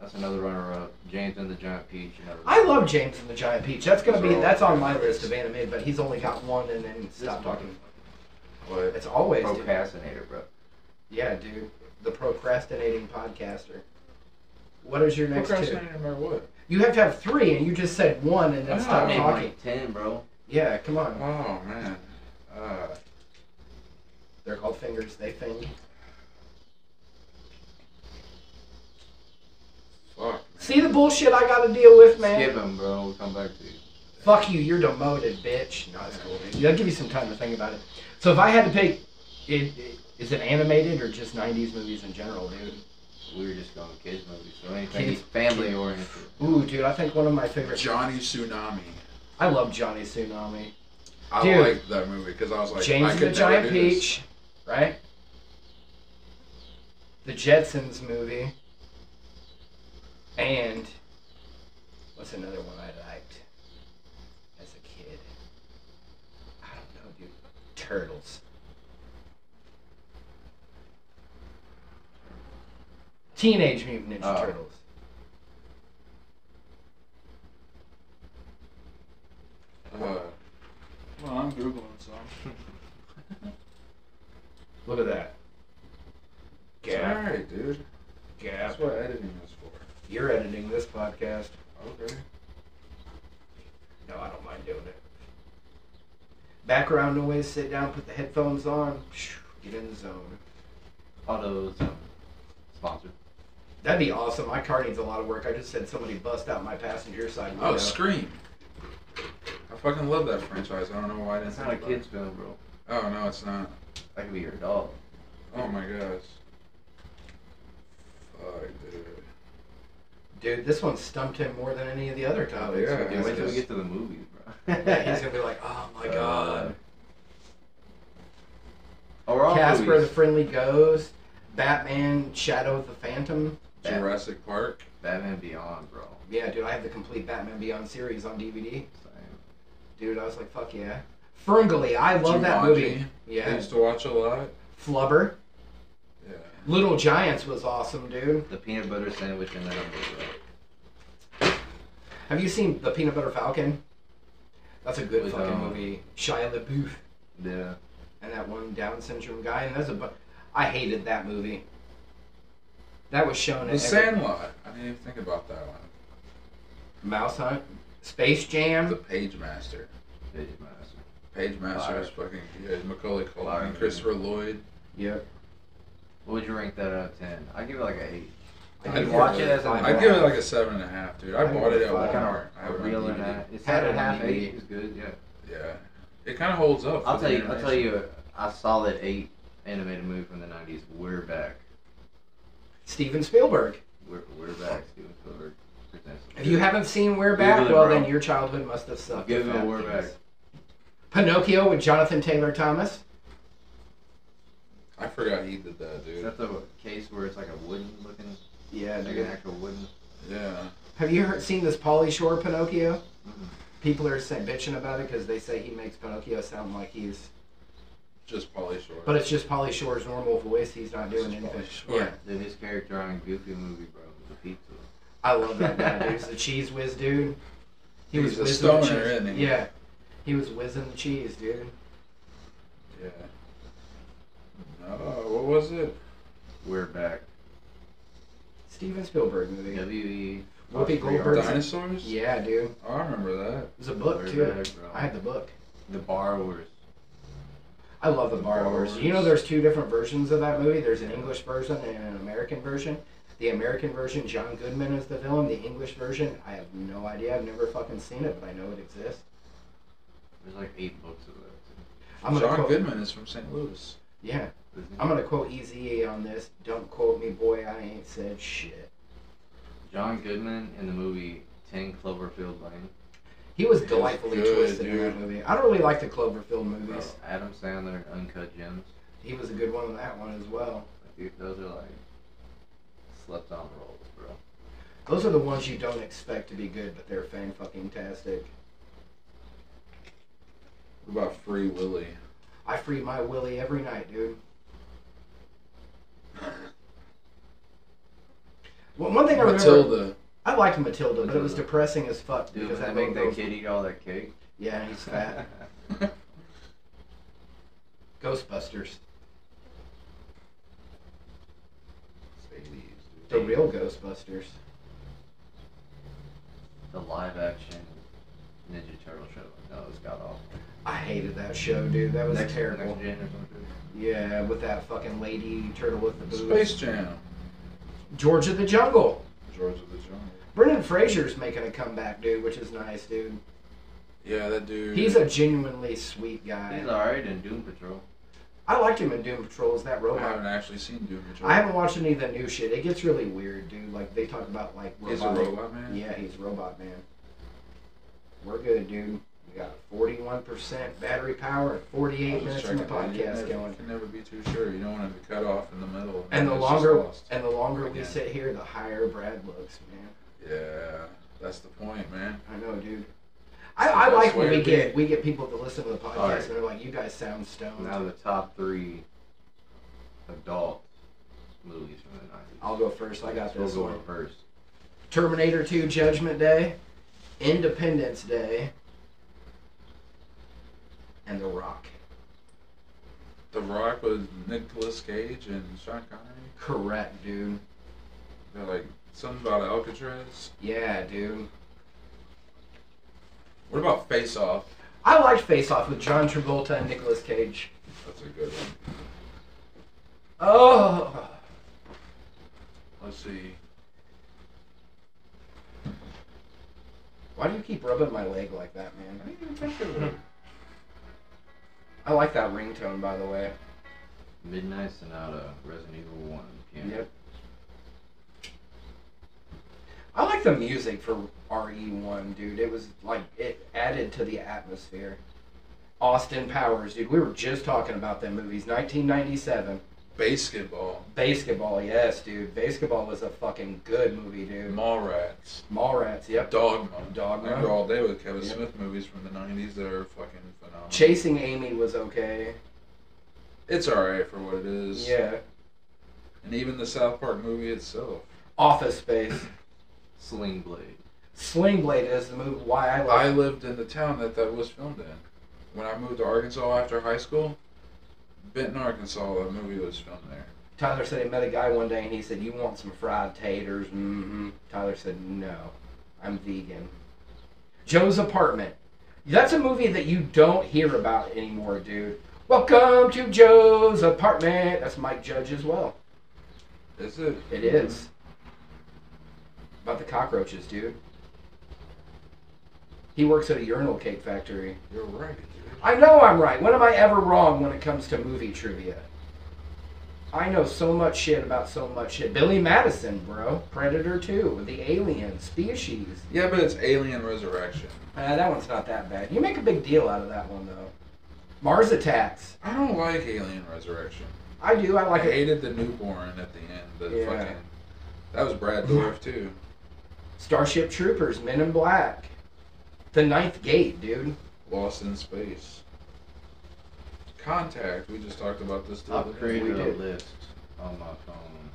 Speaker 4: That's another runner-up. James and the Giant Peach. Another
Speaker 2: I love James and the Giant Peach. That's gonna
Speaker 3: Those
Speaker 2: be
Speaker 3: are all
Speaker 2: that's on my
Speaker 3: great
Speaker 2: list of anime, but he's only got one, and then stop talking.
Speaker 3: But
Speaker 2: It's always dude.
Speaker 4: Procrastinator, bro.
Speaker 2: yeah, dude. The procrastinating podcaster. What is your next two?
Speaker 3: procrastinating no matter what.
Speaker 2: You have to have three, and you just said one, and then
Speaker 3: I
Speaker 4: I
Speaker 2: stop
Speaker 3: know.
Speaker 4: named
Speaker 2: talking.
Speaker 4: like ten, bro.
Speaker 2: Yeah, come on.
Speaker 3: Oh man. Uh,
Speaker 2: They're called fingers. They fing.
Speaker 3: fuck.
Speaker 2: See the bullshit I gotta deal with, man.
Speaker 4: Skip him, bro. We'll come back to you.
Speaker 2: Fuck you. You're demoted, bitch. No, that's cool. Dude. That'll give you some time to think about it. So if I had to pick, it, it, is it animated or just '90s movies in general, dude?
Speaker 4: We were just going kids movies, so anything
Speaker 2: Kids-
Speaker 4: family oriented.
Speaker 2: Ooh, dude, I think one of my favorite.
Speaker 3: Johnny Tsunami.
Speaker 2: I love Johnny Tsunami.
Speaker 3: I
Speaker 2: Dude.
Speaker 3: liked that movie because I was like,
Speaker 2: James
Speaker 3: I
Speaker 2: and
Speaker 3: could
Speaker 2: the Giant
Speaker 3: never do this.
Speaker 2: Peach, right? The Jetsons movie. And what's another one I liked as a kid? I don't know, dude. Turtles. Teenage Mutant Ninja
Speaker 4: Oh.
Speaker 2: Turtles.
Speaker 3: Uh, well, I'm googling some.
Speaker 2: Look at that.
Speaker 3: It's
Speaker 2: Gap,
Speaker 3: alright, dude.
Speaker 2: gap.
Speaker 3: That's what editing is for.
Speaker 2: You're editing this podcast.
Speaker 3: Okay.
Speaker 2: No, I don't mind doing it. Background noise, sit down, put the headphones on, phew, get in the zone.
Speaker 4: Autos um, sponsored.
Speaker 2: That'd be awesome. My car needs a lot of work. I just said somebody bust out my passenger side window.
Speaker 3: Oh, Scream. I fucking love that franchise. I don't know why I didn't
Speaker 4: That's not a
Speaker 3: think about
Speaker 4: kid's film, bro.
Speaker 3: it. Oh no, it's not.
Speaker 4: That could be your dog.
Speaker 3: Oh my gosh. Fuck, dude.
Speaker 2: Dude, this one stumped him more than any of the other topics.
Speaker 3: Yeah,
Speaker 4: Dude,
Speaker 3: it's
Speaker 4: wait till we
Speaker 3: just-
Speaker 4: get to the movies, bro.
Speaker 2: Yeah, he's gonna be like, oh my
Speaker 3: Uh,
Speaker 2: god.
Speaker 4: Oh, we're all
Speaker 2: Casper
Speaker 4: movies.
Speaker 2: the Friendly Ghost, Batman Shadow of the Phantom.
Speaker 4: Bat-
Speaker 3: Jurassic Park.
Speaker 4: Batman Beyond, bro.
Speaker 2: Yeah, dude, I have the complete Batman Beyond series on DVD.
Speaker 4: Same.
Speaker 2: Dude, I was like, fuck yeah. Ferngully, I love that
Speaker 3: Jumanji.
Speaker 2: movie.
Speaker 3: I
Speaker 2: Yeah.
Speaker 3: used to watch a lot.
Speaker 2: Flubber.
Speaker 3: Yeah.
Speaker 2: Little Giants was awesome, dude.
Speaker 4: The peanut butter sandwich and that movie, bro.
Speaker 2: Have you seen The Peanut Butter Falcon? That's a good
Speaker 4: With,
Speaker 2: fucking
Speaker 4: um,
Speaker 2: movie. Shia LaBeouf
Speaker 4: Yeah.
Speaker 2: and that one Down syndrome guy, and that's a. Bu- I hated that movie. That was shown
Speaker 3: The
Speaker 2: at every-
Speaker 3: Sandlot. I didn't even think about that one.
Speaker 2: Mouse Hunt, Space
Speaker 3: The
Speaker 2: Jam.
Speaker 3: Page Master.
Speaker 4: They did my ass.
Speaker 3: Page Master is fucking good. Macaulay
Speaker 4: Fire,
Speaker 3: Culkin,
Speaker 4: man.
Speaker 3: Christopher Lloyd.
Speaker 2: Yep.
Speaker 4: What would you rank that out of ten? I give it like an eight.
Speaker 2: I
Speaker 4: I'd
Speaker 2: give
Speaker 4: watch
Speaker 2: it
Speaker 4: it
Speaker 2: a
Speaker 4: as an
Speaker 2: five.
Speaker 3: I'd give it like a seven and a half, dude. I
Speaker 2: I'd
Speaker 3: bought it at
Speaker 2: I kinda-
Speaker 3: Walmart. I
Speaker 4: A
Speaker 3: have it on
Speaker 4: real and
Speaker 3: DVD.
Speaker 4: a it's
Speaker 2: Had
Speaker 4: had
Speaker 2: it
Speaker 4: a half
Speaker 2: DVD.
Speaker 4: eight. It's good. Yeah.
Speaker 3: Yeah, it kind of holds up. for
Speaker 4: I'll
Speaker 3: the
Speaker 4: tell you. I'll tell
Speaker 3: generation.
Speaker 4: you. A solid eight animated movie from the '90s. We're back.
Speaker 2: Steven Spielberg.
Speaker 4: We're, we're back. Steven Spielberg presents.
Speaker 2: If you haven't seen We're
Speaker 4: Google
Speaker 2: Back,
Speaker 4: it,
Speaker 2: well
Speaker 4: bro.
Speaker 2: then your childhood must have sucked.
Speaker 4: Give
Speaker 2: if that
Speaker 4: it We're
Speaker 2: means.
Speaker 4: Back.
Speaker 2: Pinocchio with Jonathan Taylor Thomas.
Speaker 3: I forgot he did that,
Speaker 4: Is
Speaker 3: dude.
Speaker 4: that the case where it's like a wooden looking,
Speaker 2: Yeah,
Speaker 4: like an actual wooden?
Speaker 3: Yeah.
Speaker 2: Have you heard, seen this Polly Shore Pinocchio?
Speaker 4: Mhm.
Speaker 2: People are say, bitching about it because they say he makes Pinocchio sound like he's,
Speaker 3: Just Polly Shore.
Speaker 2: but it's just Polly Shore's normal voice. He's not
Speaker 3: Just
Speaker 2: doing anything.
Speaker 3: Pauly Shore.
Speaker 2: Yeah.
Speaker 4: Then his character on Goofy movie, bro, was a pizza.
Speaker 2: I love that guy. dude. He's the cheese whiz dude. He
Speaker 3: He's a
Speaker 2: whizzing
Speaker 3: stoner,
Speaker 2: the cheese.
Speaker 3: isn't he?
Speaker 2: Yeah, he was whizzing the cheese, dude.
Speaker 3: Yeah. No, what was it?
Speaker 4: We're back.
Speaker 2: Steven Spielberg movie.
Speaker 4: W E.
Speaker 2: Whoopi Goldberg. Birds-
Speaker 3: Dinosaurs?
Speaker 2: Yeah, dude. It
Speaker 3: Oh, I remember that.
Speaker 2: was a
Speaker 4: We're
Speaker 2: book too.
Speaker 4: back, bro.
Speaker 2: I had the book.
Speaker 4: the borrowers.
Speaker 2: I love the
Speaker 3: The
Speaker 2: borrowers. You know,
Speaker 3: Borrowers.
Speaker 2: there's two different versions of that movie. There's an English version and an American version. The American version, John Goodman is the villain. The English version, I have no idea. I've never fucking seen it, but I know it exists.
Speaker 4: There's like eight books of that.
Speaker 2: I'm gonna
Speaker 3: John
Speaker 2: quote,
Speaker 3: Goodman is from St. Louis.
Speaker 2: Yeah,
Speaker 4: too. Isn't
Speaker 2: I'm
Speaker 4: it?
Speaker 2: gonna quote Eazy on this. Don't quote me, boy. I ain't said shit.
Speaker 4: John Goodman in the movie Ten Cloverfield Lane.
Speaker 2: He was
Speaker 3: He was
Speaker 2: delightfully
Speaker 3: good,
Speaker 2: twisted in that
Speaker 3: dude.
Speaker 2: movie. I don't really like the Cloverfield movies.
Speaker 4: Adam Sandler in Uncut Gems.
Speaker 2: He was a good one in that one as well.
Speaker 4: Dude, those are like slept on roles, bro.
Speaker 2: Those are the ones you don't expect to be good, but they're fan fucking tastic.
Speaker 3: What about Free Willy?
Speaker 2: I free my Willie every night, dude. Well, one thing I remember,
Speaker 3: Matilda.
Speaker 2: I liked Matilda, but it was
Speaker 4: Matilda.
Speaker 2: depressing as fuck
Speaker 4: Dude,
Speaker 2: because
Speaker 4: when they
Speaker 2: that
Speaker 4: make
Speaker 2: little
Speaker 4: that
Speaker 2: girl-
Speaker 4: kid eat all that cake.
Speaker 2: Yeah, and he's fat. Ghostbusters,
Speaker 4: Say these,
Speaker 2: the
Speaker 4: dude.
Speaker 2: real Ghostbusters.
Speaker 4: the live action Ninja Turtle show. No, it's got awful.
Speaker 2: I hated that show, dude. That was
Speaker 4: Next-
Speaker 2: terrible.
Speaker 4: Next Gen or something.
Speaker 2: Yeah, with that fucking lady turtle with the boobs.
Speaker 3: Space Jam.
Speaker 2: George of the Jungle.
Speaker 3: George of the Jungle.
Speaker 2: Brendan Fraser's making a comeback, dude, which is nice, dude.
Speaker 3: Yeah, that dude.
Speaker 2: He's a genuinely sweet
Speaker 4: He's
Speaker 2: guy.
Speaker 4: alright in Doom Patrol.
Speaker 2: I liked him in Doom Patrol as that
Speaker 3: I
Speaker 2: robot.
Speaker 3: haven't actually seen Doom Patrol.
Speaker 2: I haven't watched any of the new shit. It gets really weird, dude. Like they talk about like
Speaker 3: He's a
Speaker 2: robotic-
Speaker 3: robot man.
Speaker 2: Yeah, he's robot man. We're good, dude. We got 41% battery power and 48 minutes in the podcast
Speaker 3: You
Speaker 2: going.
Speaker 3: can never be too sure. You don't want to be cut off in the middle.
Speaker 2: And the
Speaker 3: it's just
Speaker 2: longer
Speaker 3: lost.
Speaker 2: and the longer we
Speaker 3: Again.
Speaker 2: sit here, the higher Brad looks, man.
Speaker 3: Yeah, that's the point, man.
Speaker 2: I know, dude. I,
Speaker 3: the
Speaker 2: I
Speaker 3: best
Speaker 2: like when
Speaker 3: way
Speaker 2: we
Speaker 3: to be.
Speaker 2: get we get people to listen to the podcast
Speaker 4: Alright.
Speaker 2: and they're like, "You guys sound stoned."
Speaker 4: Now the top three adults movies from the nineties.
Speaker 2: I'll go first. I got this
Speaker 4: we'll
Speaker 2: one.
Speaker 4: go first.
Speaker 2: Terminator 2 Judgment Day, Independence Day, and The Rock.
Speaker 3: The Rock was Nicolas Cage and Sean Connery.
Speaker 2: Correct, dude.
Speaker 3: They're like something about Alcatraz.
Speaker 2: Yeah, dude.
Speaker 3: What about Face Off?
Speaker 2: I liked Face Off with John Travolta and Nicolas Cage.
Speaker 3: That's a good one.
Speaker 2: Oh,
Speaker 3: Let's see.
Speaker 2: why do you keep rubbing my leg like that, man?
Speaker 3: I didn't even think of it.
Speaker 2: I like that ringtone, by the way.
Speaker 4: Midnight Sonata, Resident Evil One. Yeah.
Speaker 2: Yep. I like the music for RE1, dude. It was like it added to the atmosphere. Austin Powers, dude. We were just talking about them movies. 1997.
Speaker 3: Basketball.
Speaker 2: Basketball, yes, dude. Basketball was a fucking good movie, dude.
Speaker 3: Mallrats. um,
Speaker 2: Mallrats, yep.
Speaker 3: Dogma.
Speaker 2: Dogma.
Speaker 3: I remember all day with Kevin
Speaker 2: Yep.
Speaker 3: Smith movies from the 90s that are fucking phenomenal.
Speaker 2: Chasing Amy was okay.
Speaker 3: it's alright for what it is.
Speaker 2: Yeah.
Speaker 3: And even the South Park movie itself.
Speaker 2: Office Space.
Speaker 4: Sling Blade.
Speaker 2: Sling Blade is the movie why I
Speaker 3: I
Speaker 2: like.
Speaker 3: lived in the town that that was filmed in. When I moved to Arkansas after high school, Benton, Arkansas, that movie was filmed there.
Speaker 2: Tyler said he met a guy one day and he said, "You want some fried taters?" Mm-hmm. Tyler said, "No, I'm vegan." Joe's apartment. That's a movie that you don't hear about anymore, dude. Welcome to Joe's apartment. That's Mike Judge as well.
Speaker 3: Is it?
Speaker 2: It is. About the cockroaches, dude. He works at a urinal cake factory.
Speaker 3: You're right, dude.
Speaker 2: I know I'm right. When am I ever wrong when it comes to movie trivia? I know so much shit about so much shit. Billy Madison, bro. Predator 2, The Alien, Species.
Speaker 3: Yeah, but it's Alien Resurrection.
Speaker 2: Ah, that one's not that bad. You make a big deal out of that one, though. Mars Attacks.
Speaker 3: I don't like Alien Resurrection.
Speaker 2: I do. I
Speaker 3: I
Speaker 2: like it.
Speaker 3: hated the newborn at the end. The
Speaker 2: Yeah.
Speaker 3: fucking that was Brad Dourif too.
Speaker 2: Starship Troopers, Men in Black. The Ninth Gate, dude.
Speaker 3: Lost in Space. Contact. We just talked about this. the
Speaker 4: I've
Speaker 3: other day.
Speaker 4: created
Speaker 2: We
Speaker 4: a
Speaker 2: did.
Speaker 4: list on my phone.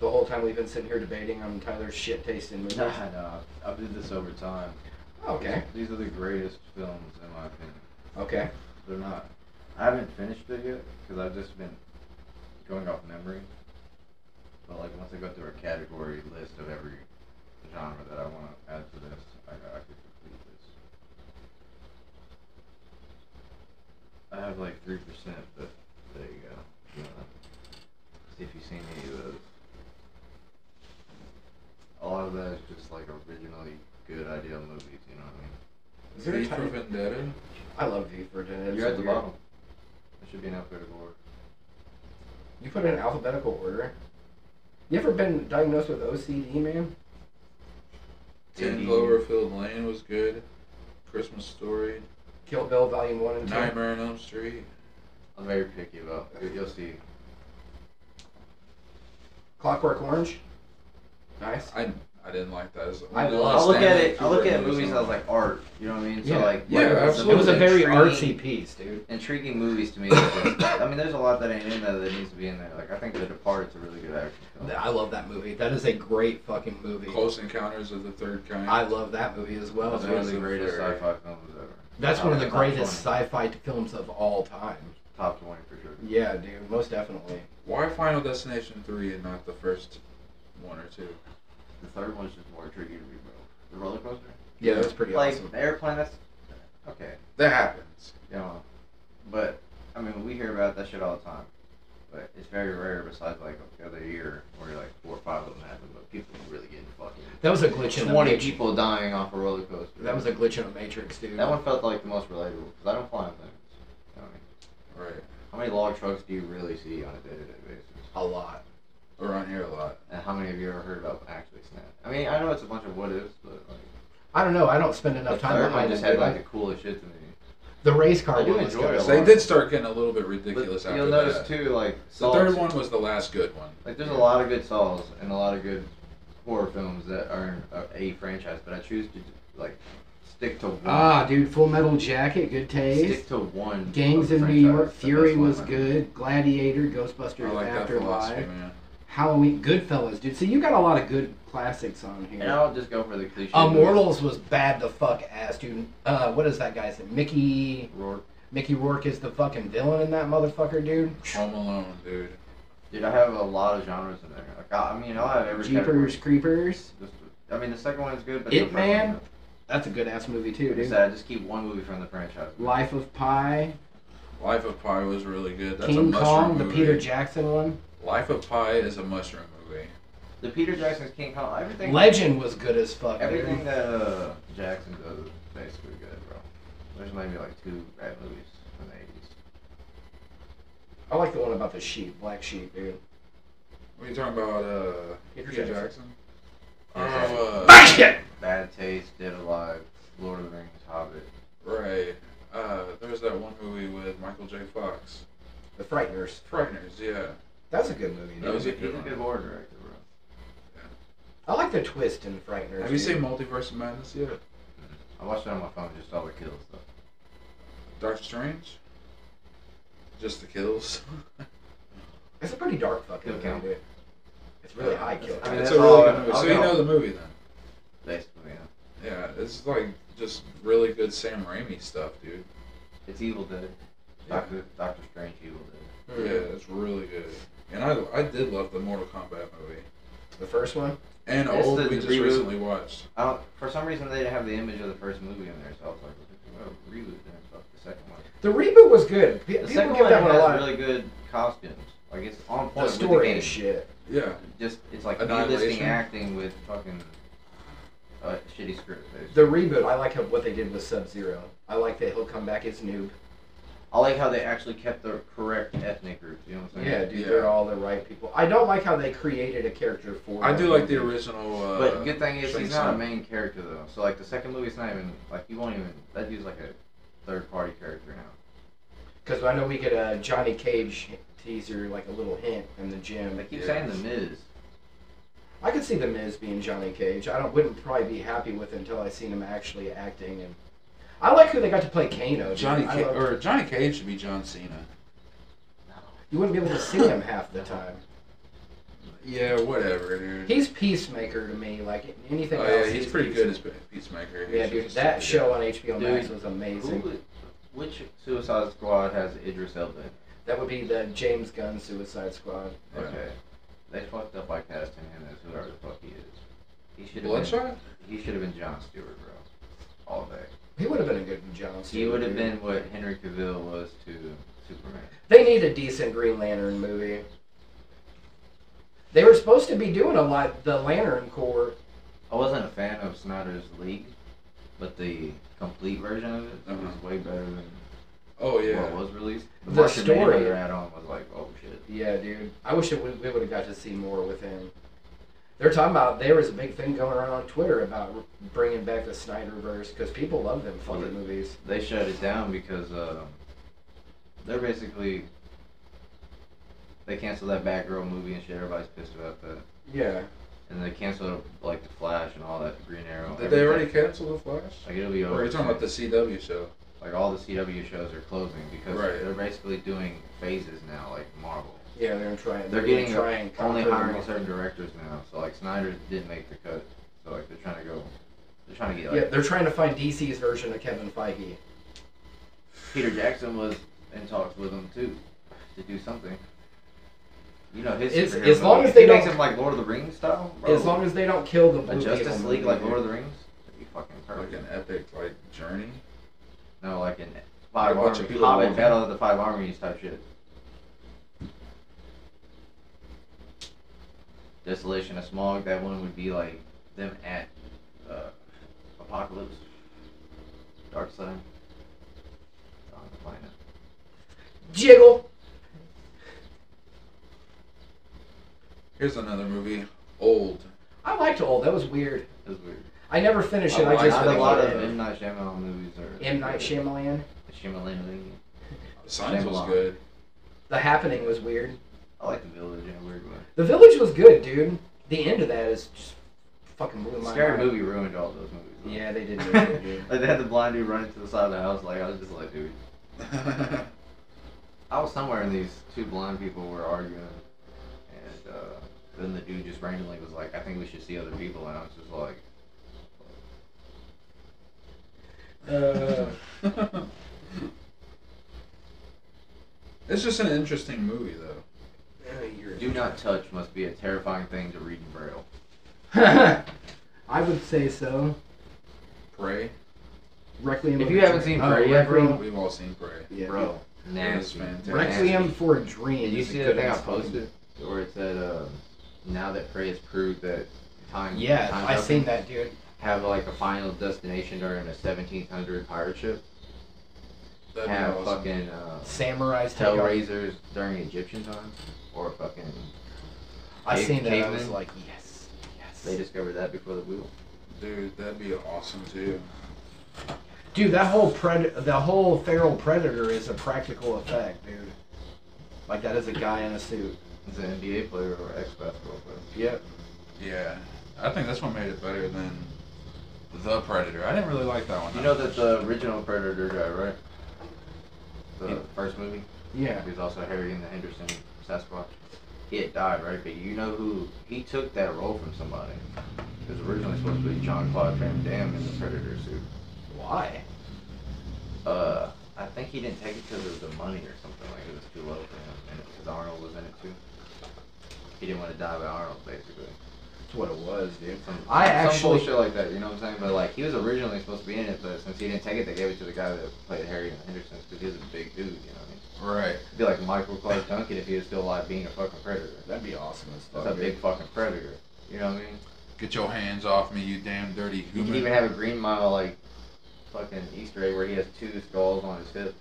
Speaker 2: The whole time we've been sitting here debating on Tyler's shit tasting movies.
Speaker 4: Nah, nah. I uh, did this over time.
Speaker 2: Okay.
Speaker 4: These are the greatest films in my opinion.
Speaker 2: Okay.
Speaker 4: They're not. I haven't finished it yet because I've just been going off memory. But like once I go through a category list of every genre that I want to add to this, I, I could complete this. I have like three percent, but there you go. You know, see if you've seen any of those. A lot of that is just like originally good idea movies. You know what
Speaker 2: Is there a
Speaker 3: V for
Speaker 2: time?
Speaker 3: Vendetta.
Speaker 2: I love V for Vendetta.
Speaker 4: I mean?
Speaker 2: It's
Speaker 4: You're at the
Speaker 2: weird.
Speaker 4: bottom. It should be an alphabetical order.
Speaker 2: You put it in alphabetical order. You ever been diagnosed with OCD, man?
Speaker 3: Ten
Speaker 4: Indeed.
Speaker 3: Cloverfield Lane was good. Christmas Story.
Speaker 2: Kill Bill Volume 1 and 2.
Speaker 3: Nightmare on Elm Street.
Speaker 4: I'm very picky about. you- You'll see.
Speaker 2: Clockwork Orange. Nice.
Speaker 3: I I didn't like that. As
Speaker 2: I
Speaker 3: the
Speaker 2: love-
Speaker 3: last
Speaker 4: I look at
Speaker 3: Stanley
Speaker 4: it. I look
Speaker 3: Kubrick
Speaker 4: at movies. and I was like art. You know what I mean? So
Speaker 2: Yeah.
Speaker 4: like
Speaker 3: Yeah,
Speaker 4: whatever, it's
Speaker 3: absolutely.
Speaker 2: it was a very artsy
Speaker 4: intriguing-
Speaker 2: piece, dude.
Speaker 4: Intriguing movies to me. is just- I mean, there's a lot that ain't in there that needs to be in there. Like I think The Departed's a really good action film.
Speaker 2: I love that movie. That is a great fucking movie.
Speaker 3: Close Encounters of the Third Kind.
Speaker 2: I love that movie as well.
Speaker 4: That's
Speaker 2: dude.
Speaker 4: one of the
Speaker 3: That's
Speaker 4: greatest
Speaker 3: very-
Speaker 4: sci-fi films ever.
Speaker 2: That's one of the
Speaker 4: Top
Speaker 2: greatest
Speaker 4: 20.
Speaker 2: sci-fi films of all time.
Speaker 4: Top twenty for sure.
Speaker 2: Yeah, dude, most definitely.
Speaker 3: Why Final Destination three and not the first one or two?
Speaker 4: The third one's just more intriguing to me, bro. The roller coaster.
Speaker 2: Yeah, that's pretty
Speaker 4: like
Speaker 2: awesome.
Speaker 4: the airplane. That's okay.
Speaker 3: That happens.
Speaker 4: You know, but I mean, we hear about that shit all the time. But it's very rare, besides like the other year, where like four or five of them happen, but people really getting fucking.
Speaker 2: That was a glitch in the
Speaker 4: 20
Speaker 2: Matrix.
Speaker 4: people dying off a roller coaster.
Speaker 2: That was a glitch in the Matrix, dude.
Speaker 4: That one felt like the most relatable because I don't fly on things. You know what I mean?
Speaker 3: Right.
Speaker 4: How many log trucks do you really see on a day-to-day basis?
Speaker 2: a lot.
Speaker 3: Around here a lot.
Speaker 4: And how many of you ever heard about actually snap? I mean, I know it's a bunch of what ifs, but like
Speaker 2: I don't know. I don't spend enough
Speaker 4: the
Speaker 2: time
Speaker 4: third one
Speaker 2: behind
Speaker 4: just
Speaker 2: it,
Speaker 4: had
Speaker 2: dude.
Speaker 4: like the coolest shit to me.
Speaker 2: the race car
Speaker 4: I do
Speaker 2: one was
Speaker 4: enjoy
Speaker 2: good.
Speaker 4: it a lot.
Speaker 3: They did start getting a little bit
Speaker 4: But
Speaker 3: ridiculous after
Speaker 4: you'll notice
Speaker 3: that.
Speaker 4: too, like
Speaker 3: The
Speaker 4: Saws.
Speaker 3: third one was the last good one.
Speaker 4: Like there's a lot of good Saws and a lot of good horror films that are in uh, a franchise, but I choose to like stick to one.
Speaker 2: Ah, dude, Full Metal Jacket, good taste.
Speaker 4: stick to one.
Speaker 2: Gangs
Speaker 4: of
Speaker 2: in
Speaker 4: the
Speaker 2: New York,
Speaker 4: franchise, the
Speaker 2: Fury
Speaker 4: best one.
Speaker 2: was good. Gladiator,
Speaker 3: I
Speaker 2: Ghostbusters
Speaker 3: like that philosophy,
Speaker 2: Afterlife,
Speaker 3: man.
Speaker 2: Halloween, Goodfellas, dude. So you got a lot of good classics on here.
Speaker 4: And I'll just go for the cliche.
Speaker 2: Immortals was bad the fuck ass, dude. Uh, what is that guy's name? Mickey
Speaker 4: Rourke.
Speaker 2: Mickey Rourke is the fucking villain in that motherfucker, dude.
Speaker 3: Home Alone, dude.
Speaker 4: Dude, I have a lot of genres in there. Like, I I mean, I'll have every category.
Speaker 2: Jeepers Creepers.
Speaker 4: Just, I mean, the second one is good, but
Speaker 2: Ip
Speaker 4: the first
Speaker 2: Man?
Speaker 4: one-
Speaker 2: That's a good ass movie too,
Speaker 4: Like I
Speaker 2: dude.
Speaker 4: said, I just keep one movie from the franchise.
Speaker 2: Life of Pi,
Speaker 3: Life of Pi was really good. That's a
Speaker 2: King
Speaker 3: mushroom
Speaker 2: Kong, the
Speaker 3: movie.
Speaker 2: Peter Jackson one.
Speaker 3: Life of Pi is a mushroom movie.
Speaker 4: The Peter Jackson's King Kong, everything,
Speaker 2: Legend was good as fuck. dude.
Speaker 4: everything that uh, Jackson does is basically good, bro. There's maybe like two bad movies from the eighties.
Speaker 2: I like the one about the sheep, black sheep, dude.
Speaker 3: What are you talking about? Uh,
Speaker 2: Peter
Speaker 3: Peter
Speaker 2: Jackson.
Speaker 3: Jackson.
Speaker 4: Yeah.
Speaker 3: Oh,
Speaker 2: Back
Speaker 3: uh,
Speaker 2: shit.
Speaker 4: Bad Taste, Dead Alive, Lord of the Rings, Hobbit.
Speaker 3: right. Uh, there was that one movie with Michael J. Fox.
Speaker 2: The Frighteners.
Speaker 3: Frighteners. Yeah.
Speaker 2: That's a good movie.
Speaker 3: That
Speaker 2: Dude.
Speaker 3: was a
Speaker 4: He's
Speaker 3: good
Speaker 4: a good
Speaker 3: one.
Speaker 4: horror director, bro.
Speaker 2: I like the twist in Frighteners.
Speaker 3: Have you
Speaker 2: dude.
Speaker 3: seen Multiverse of Madness yet?
Speaker 4: I watched it on my phone, just all the kills stuff.
Speaker 3: Doctor Strange. Just the kills.
Speaker 2: It's a pretty dark fucking
Speaker 4: Kill
Speaker 2: movie,
Speaker 4: count.
Speaker 2: dude. It's really high kill.
Speaker 4: I mean,
Speaker 3: it's
Speaker 4: that's
Speaker 3: a
Speaker 4: all
Speaker 3: really
Speaker 4: I-
Speaker 3: good movie.
Speaker 4: I'll
Speaker 3: So you
Speaker 4: go.
Speaker 3: know the movie then.
Speaker 4: Basically, yeah.
Speaker 3: Yeah, it's like just really good Sam Raimi stuff, dude.
Speaker 4: It's Evil Dead.
Speaker 3: Yeah,
Speaker 4: Doctor Doctor Strange, Evil Dead.
Speaker 3: yeah it's really good. And I I did love the Mortal Kombat movie.
Speaker 2: The first one.
Speaker 3: And
Speaker 4: It's
Speaker 3: old
Speaker 4: the-
Speaker 3: we
Speaker 4: the
Speaker 3: just
Speaker 4: reboot.
Speaker 3: recently watched.
Speaker 4: I don't, for some reason, they didn't have the image of the first movie in there, so I was like, well, reboot then, fuck the second one.
Speaker 2: The reboot was good. Pe-
Speaker 4: The
Speaker 2: People
Speaker 4: second
Speaker 2: give
Speaker 4: one
Speaker 2: that one a
Speaker 4: has
Speaker 2: lot.
Speaker 4: really good costumes. Like it's on point
Speaker 2: the
Speaker 4: with
Speaker 2: story
Speaker 4: the game.
Speaker 2: and shit.
Speaker 3: Yeah,
Speaker 4: Just it's like relisting
Speaker 3: Annihilation.
Speaker 4: acting with fucking uh, shitty script. basically.
Speaker 2: The reboot, I like how, what they did with Sub Zero. I like that he'll come back as Noob.
Speaker 4: I like how they actually kept the correct ethnic groups. You know what I'm saying?
Speaker 2: Yeah, dude, they're
Speaker 3: Yeah.
Speaker 2: all the right people. I don't like how they created a character for.
Speaker 3: I
Speaker 2: him.
Speaker 3: do like the original. Uh,
Speaker 4: But good thing is
Speaker 3: Shang
Speaker 4: he's not a
Speaker 3: Tsung.
Speaker 4: main character though. So like the second movie's not even like you won't even that dude's like a third party character now.
Speaker 2: Because I know we get a Johnny Cage teaser, like a little hint in the gym.
Speaker 4: They keep
Speaker 3: Yeah.
Speaker 4: saying the Miz.
Speaker 2: I could see the Miz being Johnny Cage. I don't wouldn't probably be happy with it until I seen him actually acting. And I like who they got to play Kano. dude.
Speaker 3: Johnny
Speaker 2: I
Speaker 3: Cage
Speaker 2: love-
Speaker 3: or Johnny Cage should be John Cena.
Speaker 2: you wouldn't be able to see him half the time.
Speaker 3: Yeah, whatever, dude.
Speaker 2: He's peacemaker to me. Like anything
Speaker 3: oh
Speaker 2: else,
Speaker 3: yeah, he's pretty good as Pe- Peacemaker.
Speaker 2: Yeah,
Speaker 3: He's
Speaker 2: dude,
Speaker 3: just-
Speaker 2: that show on HBO
Speaker 4: Dude,
Speaker 2: Max was
Speaker 4: Who,
Speaker 2: amazing.
Speaker 4: would- which Suicide Squad has Idris Elba? in it?
Speaker 2: That would be the James Gunn Suicide Squad.
Speaker 3: Yeah.
Speaker 4: Okay. They fucked up by casting him as whoever the fuck he is. He should have been,
Speaker 3: Bloodshot.
Speaker 4: he should have been John Stewart, bro. All day.
Speaker 2: He would have been a good John.
Speaker 4: He
Speaker 2: Cena,
Speaker 4: would have
Speaker 2: dude.
Speaker 4: been what Henry Cavill was to Superman.
Speaker 2: They need a decent Green Lantern movie. They were supposed to be doing a lot the Lantern Corps.
Speaker 4: I wasn't a fan of Snyder's League, but the complete version of it was
Speaker 3: Uh-huh.
Speaker 4: way better than
Speaker 3: Oh yeah.
Speaker 4: what was released.
Speaker 2: The
Speaker 4: Martian
Speaker 2: story-
Speaker 4: Manhunter add-on was like, oh shit.
Speaker 2: Yeah, dude. I wish it would, we would have got to see more with him. They're talking about there was a big thing going around on Twitter about bringing back the Snyderverse because people love them fucking
Speaker 4: Yeah.
Speaker 2: movies.
Speaker 4: They shut it down because um, they're basically they canceled that Batgirl movie and shit. Everybody's pissed about that.
Speaker 2: Yeah.
Speaker 4: And they canceled like the Flash and all that Green Arrow.
Speaker 3: Did they already
Speaker 4: everything.
Speaker 3: cancel the Flash?
Speaker 4: Like it'll be
Speaker 3: Or
Speaker 4: over.
Speaker 3: are you talking about the CW show?
Speaker 4: Like all the CW shows are closing because
Speaker 3: Right.
Speaker 4: they're basically doing phases now, like Marvel.
Speaker 2: Yeah, they're trying.
Speaker 4: They're
Speaker 2: gonna
Speaker 4: getting
Speaker 2: try and
Speaker 4: Only
Speaker 2: conquer
Speaker 4: hiring
Speaker 2: the
Speaker 4: certain directors now, so like Snyder didn't make the cut. So like they're trying to go, they're trying to get like
Speaker 2: Yeah, they're trying to find DC's version of Kevin Feige.
Speaker 4: Peter Jackson was in talks with him too to do something. You know his
Speaker 2: It's-
Speaker 4: superhero
Speaker 2: as long
Speaker 4: movie.
Speaker 2: as
Speaker 4: If he
Speaker 2: they
Speaker 4: makes
Speaker 2: don't-
Speaker 4: him like Lord of the Rings style. Bro,
Speaker 2: As long as they don't kill the
Speaker 4: a
Speaker 2: Blue
Speaker 4: Justice
Speaker 2: Beetle
Speaker 4: League
Speaker 2: movie,
Speaker 4: like
Speaker 2: dude.
Speaker 4: Lord of the Rings, that'd be fucking
Speaker 3: Like
Speaker 4: perfect.
Speaker 3: an epic like journey.
Speaker 4: No, like in
Speaker 3: Like
Speaker 4: Five
Speaker 3: a bunch of
Speaker 4: Armies,
Speaker 3: people
Speaker 4: Hobbit
Speaker 3: walking.
Speaker 4: Battle of the Five Armies type shit. Desolation of Smog. That one would be like them at uh, Apocalypse, Dark Side, on the planet.
Speaker 2: Jiggle.
Speaker 3: Here's another movie, Old.
Speaker 2: I liked Old. That was weird.
Speaker 4: It was weird.
Speaker 2: I never finished it. I,
Speaker 4: like,
Speaker 2: just
Speaker 4: not a lot
Speaker 2: liked
Speaker 4: of
Speaker 2: it.
Speaker 4: M Night Shyamalan movies are
Speaker 2: M Night Shyamalan.
Speaker 4: Shyamalan.
Speaker 3: Signs was
Speaker 4: Shyamalan.
Speaker 3: good.
Speaker 2: The Happening was weird.
Speaker 4: I like The Village in a weird way.
Speaker 2: The Village was good, dude. The end of that is just fucking blew my
Speaker 4: Scary
Speaker 2: mind.
Speaker 4: movie ruined all those movies. though.
Speaker 2: Yeah, they did. do that, dude.
Speaker 4: Like they had the blind dude running to the side of the house. Like I was just like, dude. I was somewhere and these two blind people were arguing, and uh, Then the dude just randomly was like, I think we should see other people. And I was just like,
Speaker 2: Uh,
Speaker 3: it's just an interesting movie, though.
Speaker 2: you're
Speaker 4: Do not touch must be a terrifying thing to read in Braille.
Speaker 2: I would say so.
Speaker 3: Prey.
Speaker 2: Requiem.
Speaker 4: If
Speaker 2: of
Speaker 4: you
Speaker 2: a
Speaker 4: haven't
Speaker 2: Dream-
Speaker 4: seen
Speaker 2: oh,
Speaker 4: Prey yet,
Speaker 2: Requiem-
Speaker 3: We've all seen Prey.
Speaker 2: yeah.
Speaker 4: Bro,
Speaker 3: It's
Speaker 4: nasty.
Speaker 3: fantastic.
Speaker 2: Requiem
Speaker 4: Nasty.
Speaker 2: for a Dream.
Speaker 4: Did you
Speaker 2: is a
Speaker 4: see the
Speaker 2: good
Speaker 4: thing I
Speaker 2: ass film.
Speaker 4: posted where it said, um, now that Prey has proved that time.
Speaker 2: Yeah,
Speaker 4: time
Speaker 2: I
Speaker 4: travel
Speaker 2: seen that, dude.
Speaker 4: Have like a final destination during a 1700 pirate ship.
Speaker 3: That'd be
Speaker 4: have
Speaker 3: awesome.
Speaker 4: fucking uh,
Speaker 2: Samurai's take on-
Speaker 4: Hellraisers during Egyptian times, or fucking
Speaker 2: I
Speaker 4: Cave-
Speaker 2: seen that. I was
Speaker 4: Cavemen.
Speaker 2: like, yes,
Speaker 4: they
Speaker 2: yes.
Speaker 4: discovered that before the wheel.
Speaker 3: Dude, that'd be awesome too.
Speaker 2: Dude, that whole pred, the whole feral predator is a practical effect, dude. Like that is a guy in a suit.
Speaker 4: It's an NBA player or ex basketball player.
Speaker 2: Yep.
Speaker 3: Yeah, I think this one made it better than the Predator. I didn't really like that one.
Speaker 4: You know that the original Predator guy, right? The
Speaker 3: Yeah.
Speaker 4: first movie.
Speaker 2: Yeah.
Speaker 4: He was also Harry and the Henderson Sasquatch. He had died, right? But you know who? He took that role from somebody. It was originally supposed to be John Claude Van Damme in the Predator suit.
Speaker 2: Why?
Speaker 4: Uh, I think he didn't take it because it was the money or something. Like it was too low for him, and because Arnold was in it too. He didn't want to die by Arnold, basically.
Speaker 2: That's what it was, dude.
Speaker 4: Some,
Speaker 2: I
Speaker 4: some
Speaker 2: actually-
Speaker 4: bullshit like that. You know what I'm saying? But like he was originally supposed to be in it, but since he didn't take it, they gave it to the guy that played Harry and the Hendersons because he was a big dude. You know, what I mean?
Speaker 3: Right.
Speaker 4: it'd be like Michael Clark Duncan if he was still alive being a fucking predator.
Speaker 2: That'd be awesome as
Speaker 4: That's a big fucking predator. You know what I mean?
Speaker 3: Get your hands off me, you damn dirty
Speaker 4: You
Speaker 3: human.
Speaker 4: can even have a Green Mile like fucking Easter egg where he has two skulls on his hip.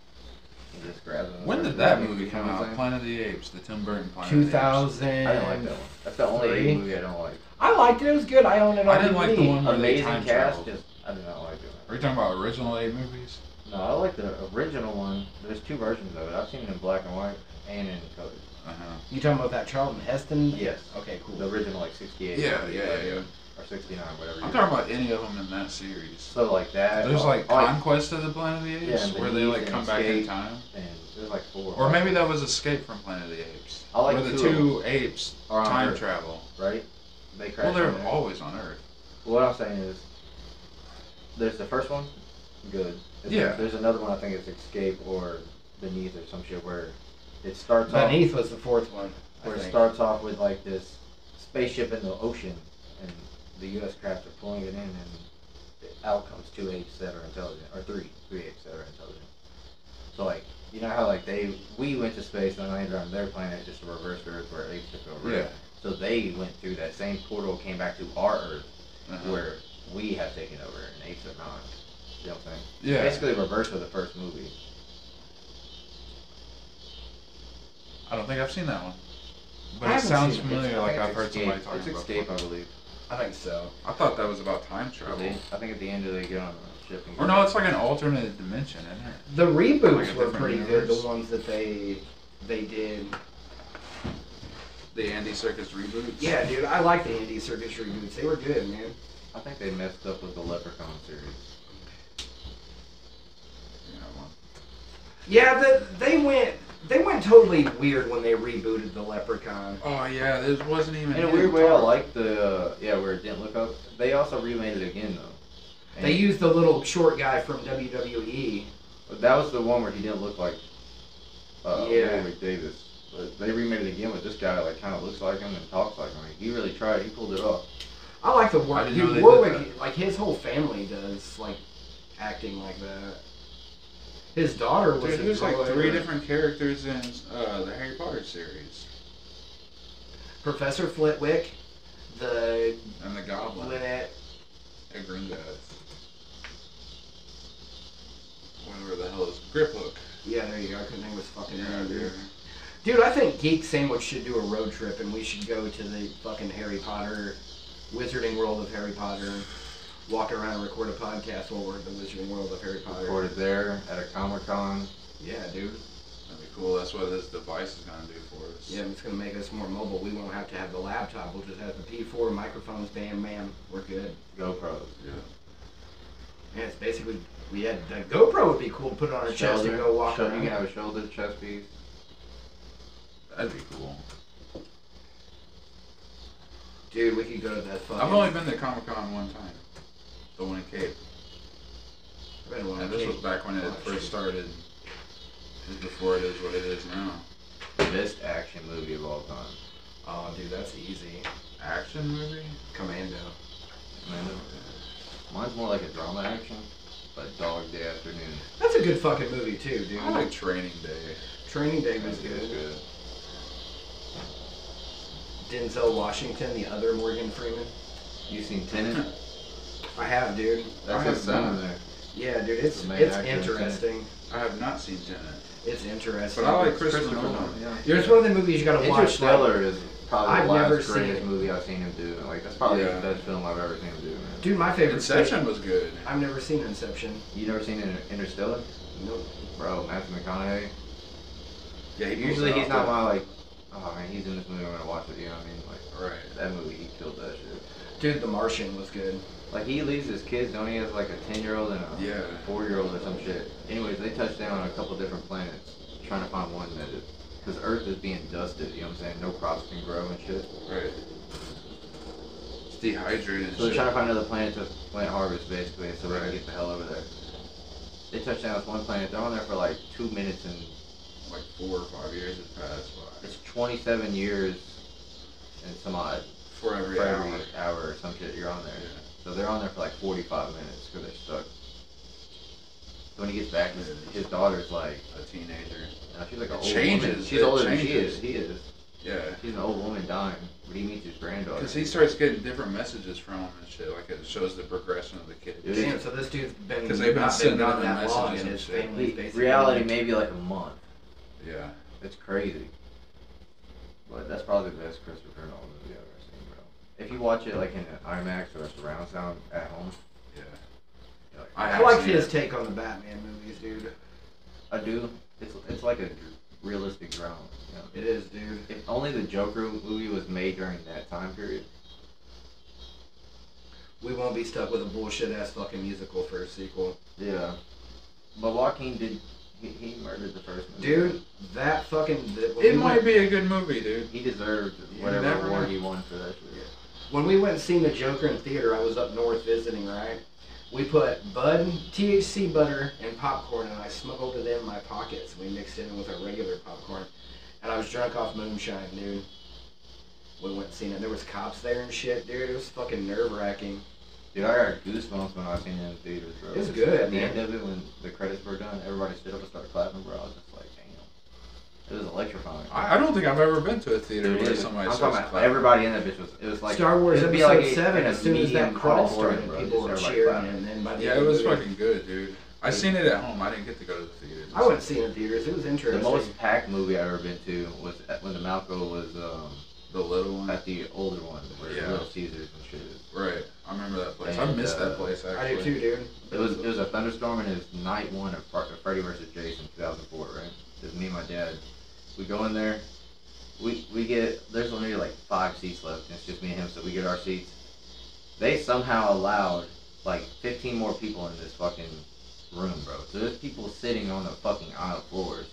Speaker 4: He just grabs them.
Speaker 3: when did that movie come out? Planet of the Apes, the Tim Burton Planet
Speaker 2: Two
Speaker 3: of
Speaker 2: thousand.
Speaker 4: I didn't like that one. That's the only
Speaker 2: Three?
Speaker 4: movie I don't like.
Speaker 2: I liked it. It was good. I own it on
Speaker 3: I didn't like
Speaker 2: DVD.
Speaker 3: the one- Where they
Speaker 4: Amazing
Speaker 3: time
Speaker 4: cast,
Speaker 3: traveled.
Speaker 4: just I did not like it.
Speaker 3: the Apes. Are you talking about original ape movies?
Speaker 4: No, I like the original one. There's two versions of it. I've seen it in black and white and in color.
Speaker 3: Uh huh.
Speaker 2: You talking about that Charlton Heston?
Speaker 4: Yes.
Speaker 2: Okay, cool.
Speaker 4: The original, like 68.
Speaker 3: Yeah, yeah, yeah, yeah.
Speaker 4: Or 69, whatever.
Speaker 3: I'm
Speaker 4: year.
Speaker 3: talking about any of them in that series.
Speaker 4: So, like that.
Speaker 3: There's
Speaker 4: or-
Speaker 3: like
Speaker 4: or,
Speaker 3: Conquest of the Planet of the
Speaker 4: Oh, Yeah,
Speaker 3: Apes,
Speaker 4: and the
Speaker 3: where they
Speaker 4: Heat
Speaker 3: like
Speaker 4: and
Speaker 3: come back in
Speaker 4: Escape.
Speaker 3: time,
Speaker 4: and there's like four.
Speaker 3: or maybe that was Escape from Planet of the Apes,
Speaker 4: I like
Speaker 3: where the
Speaker 4: two of
Speaker 3: two apes
Speaker 4: Or on
Speaker 3: time
Speaker 4: Earth,
Speaker 3: travel.
Speaker 4: Right? They crash.
Speaker 3: Well,
Speaker 4: in
Speaker 3: they're
Speaker 4: there.
Speaker 3: always on Earth.
Speaker 4: What I'm saying is, there's the first one, good. If
Speaker 3: Yeah.
Speaker 4: There's another one, I think it's Escape or Beneath or some shit, where it starts off.
Speaker 2: Beneath was the fourth one. I
Speaker 4: where it
Speaker 2: think.
Speaker 4: starts off with like this spaceship in the ocean, and the U.S. craft are pulling it in, and out comes two apes that are intelligent, or three, three apes that are intelligent. So like, you know how like they we went to space and landed on their planet, just a reverse Earth where apes took over.
Speaker 3: Yeah.
Speaker 4: So they went through that same portal, came back to our Earth,
Speaker 3: Uh-huh.
Speaker 4: where we have taken over, and apes are not. You know what I'm saying?
Speaker 3: Yeah.
Speaker 4: Basically, reverse of the first movie.
Speaker 3: I don't think I've seen that one. But
Speaker 2: I
Speaker 3: it
Speaker 2: haven't
Speaker 3: sounds
Speaker 2: seen it.
Speaker 3: familiar,
Speaker 4: It's- I
Speaker 3: like
Speaker 4: think
Speaker 3: I've
Speaker 4: it's
Speaker 3: heard
Speaker 4: Escape.
Speaker 3: somebody talking
Speaker 4: It's
Speaker 3: about
Speaker 4: Escape,
Speaker 3: it.
Speaker 4: I believe.
Speaker 2: I think so.
Speaker 3: I thought that was about time travel.
Speaker 4: I think at the end of they get on a ship. And
Speaker 3: Or
Speaker 4: go-
Speaker 3: no, it's like an alternate dimension, isn't it?
Speaker 2: The reboots
Speaker 3: Like a
Speaker 2: were
Speaker 3: different
Speaker 2: pretty good.
Speaker 3: universe.
Speaker 2: The ones that they they did.
Speaker 3: The Andy Circus reboots?
Speaker 2: Yeah, dude, I like the Andy Circus reboots. They were good, man.
Speaker 4: I think they messed up with the Leprechaun series.
Speaker 3: You know, well,
Speaker 2: Yeah, the, they went they went totally weird when they rebooted the Leprechaun.
Speaker 3: Oh yeah, this wasn't even.
Speaker 4: In a
Speaker 3: him.
Speaker 4: weird way, I like the uh, yeah where it didn't look up. They also remade it again though. And
Speaker 2: They used the little short guy from E. WWE.
Speaker 4: that was the one where he didn't look like uh,
Speaker 2: Yeah.
Speaker 4: Warwick Davis. But they remade it again with this guy like kind of looks like him and talks like him. Like, he really tried. He pulled it off.
Speaker 2: I like the
Speaker 3: I
Speaker 2: War-
Speaker 3: didn't know they
Speaker 2: dude,
Speaker 3: did
Speaker 2: Warwick. Like his whole family does like acting like that. His daughter was.
Speaker 3: Dude,
Speaker 2: a
Speaker 3: he was like
Speaker 2: droid.
Speaker 3: three different characters in uh, the Harry Potter series
Speaker 2: Professor Flitwick, the
Speaker 3: and the Goblin
Speaker 2: Lynette.
Speaker 3: and Green Death. Whatever the hell is Grip Hook.
Speaker 2: Yeah, there you go. I couldn't think of his fucking
Speaker 3: Yeah,
Speaker 2: name,
Speaker 3: dude.
Speaker 2: dude. Dude, I think Geek Sandwich should do a road trip, and we should go to the fucking Harry Potter, Wizarding World of Harry Potter, walk around and record a podcast while we're at the Wizarding World of Harry Potter.
Speaker 4: Recorded there at a Comic Con.
Speaker 2: Yeah, dude.
Speaker 3: That'd be cool. That's what this device is gonna do for us.
Speaker 2: Yeah, it's gonna make us more mobile. We won't have to have the laptop. We'll just have the P4 microphones. Bam, bam. We're good.
Speaker 4: GoPros.
Speaker 3: Yeah.
Speaker 2: Yeah, it's basically we had the GoPro would be cool to put it on our chest and go walk
Speaker 4: shoulder, you
Speaker 2: around.
Speaker 4: can have a shoulder chest piece.
Speaker 3: That'd be cool.
Speaker 2: Dude, we could go to that fucking.
Speaker 3: I've only been to Comic Con one time, the one in Cape.
Speaker 2: I've been to one
Speaker 3: And this
Speaker 2: cave.
Speaker 3: was back when it first started. It was before it is what it is now.
Speaker 4: Best action movie of all time.
Speaker 2: Oh, dude, that's easy.
Speaker 3: Action movie?
Speaker 2: Commando.
Speaker 4: Amanda? Mine's more like a drama action, like Dog Day Afternoon.
Speaker 2: That's a good fucking movie too, dude.
Speaker 3: I like Training Day.
Speaker 2: Training Day was
Speaker 4: That's
Speaker 2: good.
Speaker 4: good.
Speaker 2: Denzel Washington, the other Morgan Freeman.
Speaker 4: You seen Tenet?
Speaker 2: I have, dude.
Speaker 3: That's
Speaker 4: I
Speaker 3: his
Speaker 4: haven't been in
Speaker 3: son.
Speaker 4: there.
Speaker 2: Yeah, dude, it's
Speaker 4: The main
Speaker 2: it's
Speaker 4: actor in Tenet.
Speaker 2: interesting.
Speaker 3: I have not seen Tenet.
Speaker 2: It's interesting.
Speaker 3: But I like
Speaker 4: It's
Speaker 3: Christopher
Speaker 4: Christopher
Speaker 3: Nolan.
Speaker 4: Nolan, yeah.
Speaker 2: There's one of the movies you gotta watch. that-
Speaker 4: Interstellar is probably
Speaker 2: I've
Speaker 4: the last
Speaker 2: never seen
Speaker 4: greatest
Speaker 2: it.
Speaker 4: movie I've seen him do. Like that's probably
Speaker 3: Yeah.
Speaker 4: the best film I've ever seen him do. Man.
Speaker 2: Dude, my favorite.
Speaker 3: Inception was good.
Speaker 2: I've never seen Inception.
Speaker 4: You never seen Inter- Interstellar,
Speaker 2: Nope.
Speaker 4: bro? Matthew McConaughey.
Speaker 3: Yeah, he
Speaker 4: Usually
Speaker 3: pulls it
Speaker 4: he's
Speaker 3: off,
Speaker 4: not my like. Oh man, he's in this movie. I'm gonna watch it. You know what I mean? Like
Speaker 3: but- Right.
Speaker 4: that movie, he killed that shit.
Speaker 2: Dude, The Martian was good.
Speaker 4: Like he leaves his kids, don't he? Has like a ten year old and a
Speaker 3: Yeah.
Speaker 4: four year old or some shit. Anyways, they touch down on a couple different planets, trying to find one that is. Cause Earth is being dusted, you know what I'm saying? No crops can grow and shit.
Speaker 3: Right. It's dehydrated. and
Speaker 4: So they're
Speaker 3: shit.
Speaker 4: trying to find another planet to plant harvest, basically, so they
Speaker 3: Right.
Speaker 4: can get the hell over there. They touch down with one planet. They're on there for like two minutes, and
Speaker 3: like four or five years has passed by.
Speaker 4: it's 27 years and some odd
Speaker 3: For every
Speaker 4: for
Speaker 3: hour.
Speaker 4: every hour or some shit you're on there.
Speaker 3: Yeah.
Speaker 4: So they're on there for like 45 minutes because they're stuck. So when he gets back, his, his daughter's like,
Speaker 3: A teenager.
Speaker 4: now she's like an
Speaker 3: It
Speaker 4: old woman.
Speaker 3: changes,
Speaker 4: She's
Speaker 3: it
Speaker 4: older than she
Speaker 3: changes.
Speaker 4: is. He is.
Speaker 3: Yeah.
Speaker 4: She's an old woman dying, but he meets his granddaughter.
Speaker 3: Because he starts getting different messages from him and shit. Like it shows the progression of the kid.
Speaker 4: Dude,
Speaker 2: Damn, so this dude's been
Speaker 3: 'Cause they've been
Speaker 2: not
Speaker 3: sending
Speaker 2: gone
Speaker 3: him
Speaker 2: that
Speaker 3: messages
Speaker 2: long,
Speaker 3: and
Speaker 2: and his
Speaker 3: shit.
Speaker 2: family's
Speaker 4: Re-
Speaker 2: basically
Speaker 4: reality maybe like a month.
Speaker 3: Yeah.
Speaker 4: It's crazy. But that's probably the best Christopher Nolan movie I've ever seen, bro. If you watch it like in an IMAX or a surround sound at home,
Speaker 3: Yeah.
Speaker 4: you're like,
Speaker 3: I
Speaker 2: I
Speaker 3: have
Speaker 2: liked
Speaker 3: seen
Speaker 2: his
Speaker 3: it.
Speaker 2: take on the Batman movies, dude.
Speaker 4: I do. It's it's like a realistic drama. You know?
Speaker 2: It is, dude.
Speaker 4: If only the Joker movie was made during that time period.
Speaker 2: We won't be stuck with a bullshit ass fucking musical for a sequel.
Speaker 4: Yeah. But Joaquin did. He, he murdered the first movie.
Speaker 2: Dude, that fucking. The, when
Speaker 3: It
Speaker 2: we
Speaker 3: might
Speaker 2: went,
Speaker 3: be a good movie, dude.
Speaker 4: He deserved
Speaker 3: You
Speaker 4: whatever
Speaker 3: never
Speaker 4: award
Speaker 3: know.
Speaker 4: he won for that shit.
Speaker 2: When we went and seen the Joker in theater, I was up north visiting, right? We put bud, THC butter, and popcorn, and I smuggled it in my pockets. We mixed it in with our regular popcorn, and I was drunk off moonshine, dude. We went and seen it. There was cops there and shit, dude. It was fucking nerve wracking.
Speaker 4: Dude, I got goosebumps when I seen it in theaters, bro.
Speaker 2: It was good,
Speaker 4: At the
Speaker 2: man.
Speaker 4: end of it, when the credits were done, everybody stood up and started clapping, bro. I was just like, damn. It was electrifying.
Speaker 3: I, I don't think I've ever been to a theater
Speaker 4: Dude, it
Speaker 3: where
Speaker 4: was-
Speaker 3: somebody
Speaker 4: I'm
Speaker 3: starts
Speaker 4: talking about
Speaker 3: clapping.
Speaker 4: everybody in that bitch was. It was like
Speaker 2: Star Wars
Speaker 4: it'd be
Speaker 2: Episode
Speaker 4: like a-
Speaker 2: Seven.
Speaker 4: in a
Speaker 2: As soon as that
Speaker 4: medium
Speaker 2: crawl
Speaker 4: auditorium,
Speaker 2: started,
Speaker 4: bro,
Speaker 2: people
Speaker 4: just
Speaker 2: were
Speaker 4: everybody
Speaker 2: cheering,
Speaker 4: clapping.
Speaker 2: and then by the
Speaker 3: Yeah,
Speaker 2: end
Speaker 3: it was
Speaker 2: of the movie-
Speaker 3: fucking good, dude. I seen it at home. I didn't get to go to the theaters.
Speaker 2: I wouldn't see it in theaters. It was
Speaker 4: The
Speaker 2: interesting.
Speaker 4: most packed movie I've ever been to was at, when the Malco was um,
Speaker 3: The little one.
Speaker 4: at the older one, where
Speaker 3: Yeah.
Speaker 4: Little Caesars and shit. is.
Speaker 3: Right. I remember that place. I
Speaker 4: And,
Speaker 3: missed
Speaker 4: uh,
Speaker 3: that place
Speaker 2: I do
Speaker 3: actually.
Speaker 2: too, dude.
Speaker 4: It was it was a thunderstorm and it was night one of Fr- Freddy versus Jason 2004, right? It was me and my dad. We go in there. We we get there's only like five seats left. And it's just me and him, so we get our seats. They somehow allowed like 15 more people in this fucking room, bro. So there's people sitting on the fucking aisle floors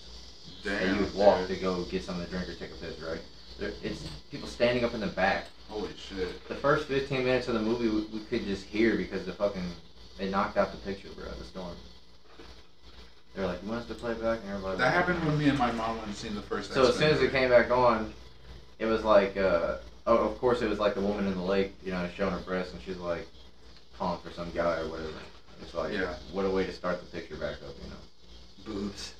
Speaker 4: that you
Speaker 3: Damn.
Speaker 4: would walk
Speaker 3: dude.
Speaker 4: to go get something to drink or take a piss, right? There, it's people standing up in the back
Speaker 3: Holy shit.
Speaker 4: the first 15 minutes of the movie we, we could just hear because the fucking they knocked out the picture bro the storm they're like you want us to play back and everybody
Speaker 3: That happened when me and my mom went and seen the first.
Speaker 4: so as
Speaker 3: X-Men
Speaker 4: soon as it
Speaker 3: movie.
Speaker 4: came back on it was like uh oh of course it was like the woman in the lake you know showing her breasts and she's like calling for some guy or whatever it's like
Speaker 3: Yeah.
Speaker 4: what a way to start the picture back up you know
Speaker 2: boobs.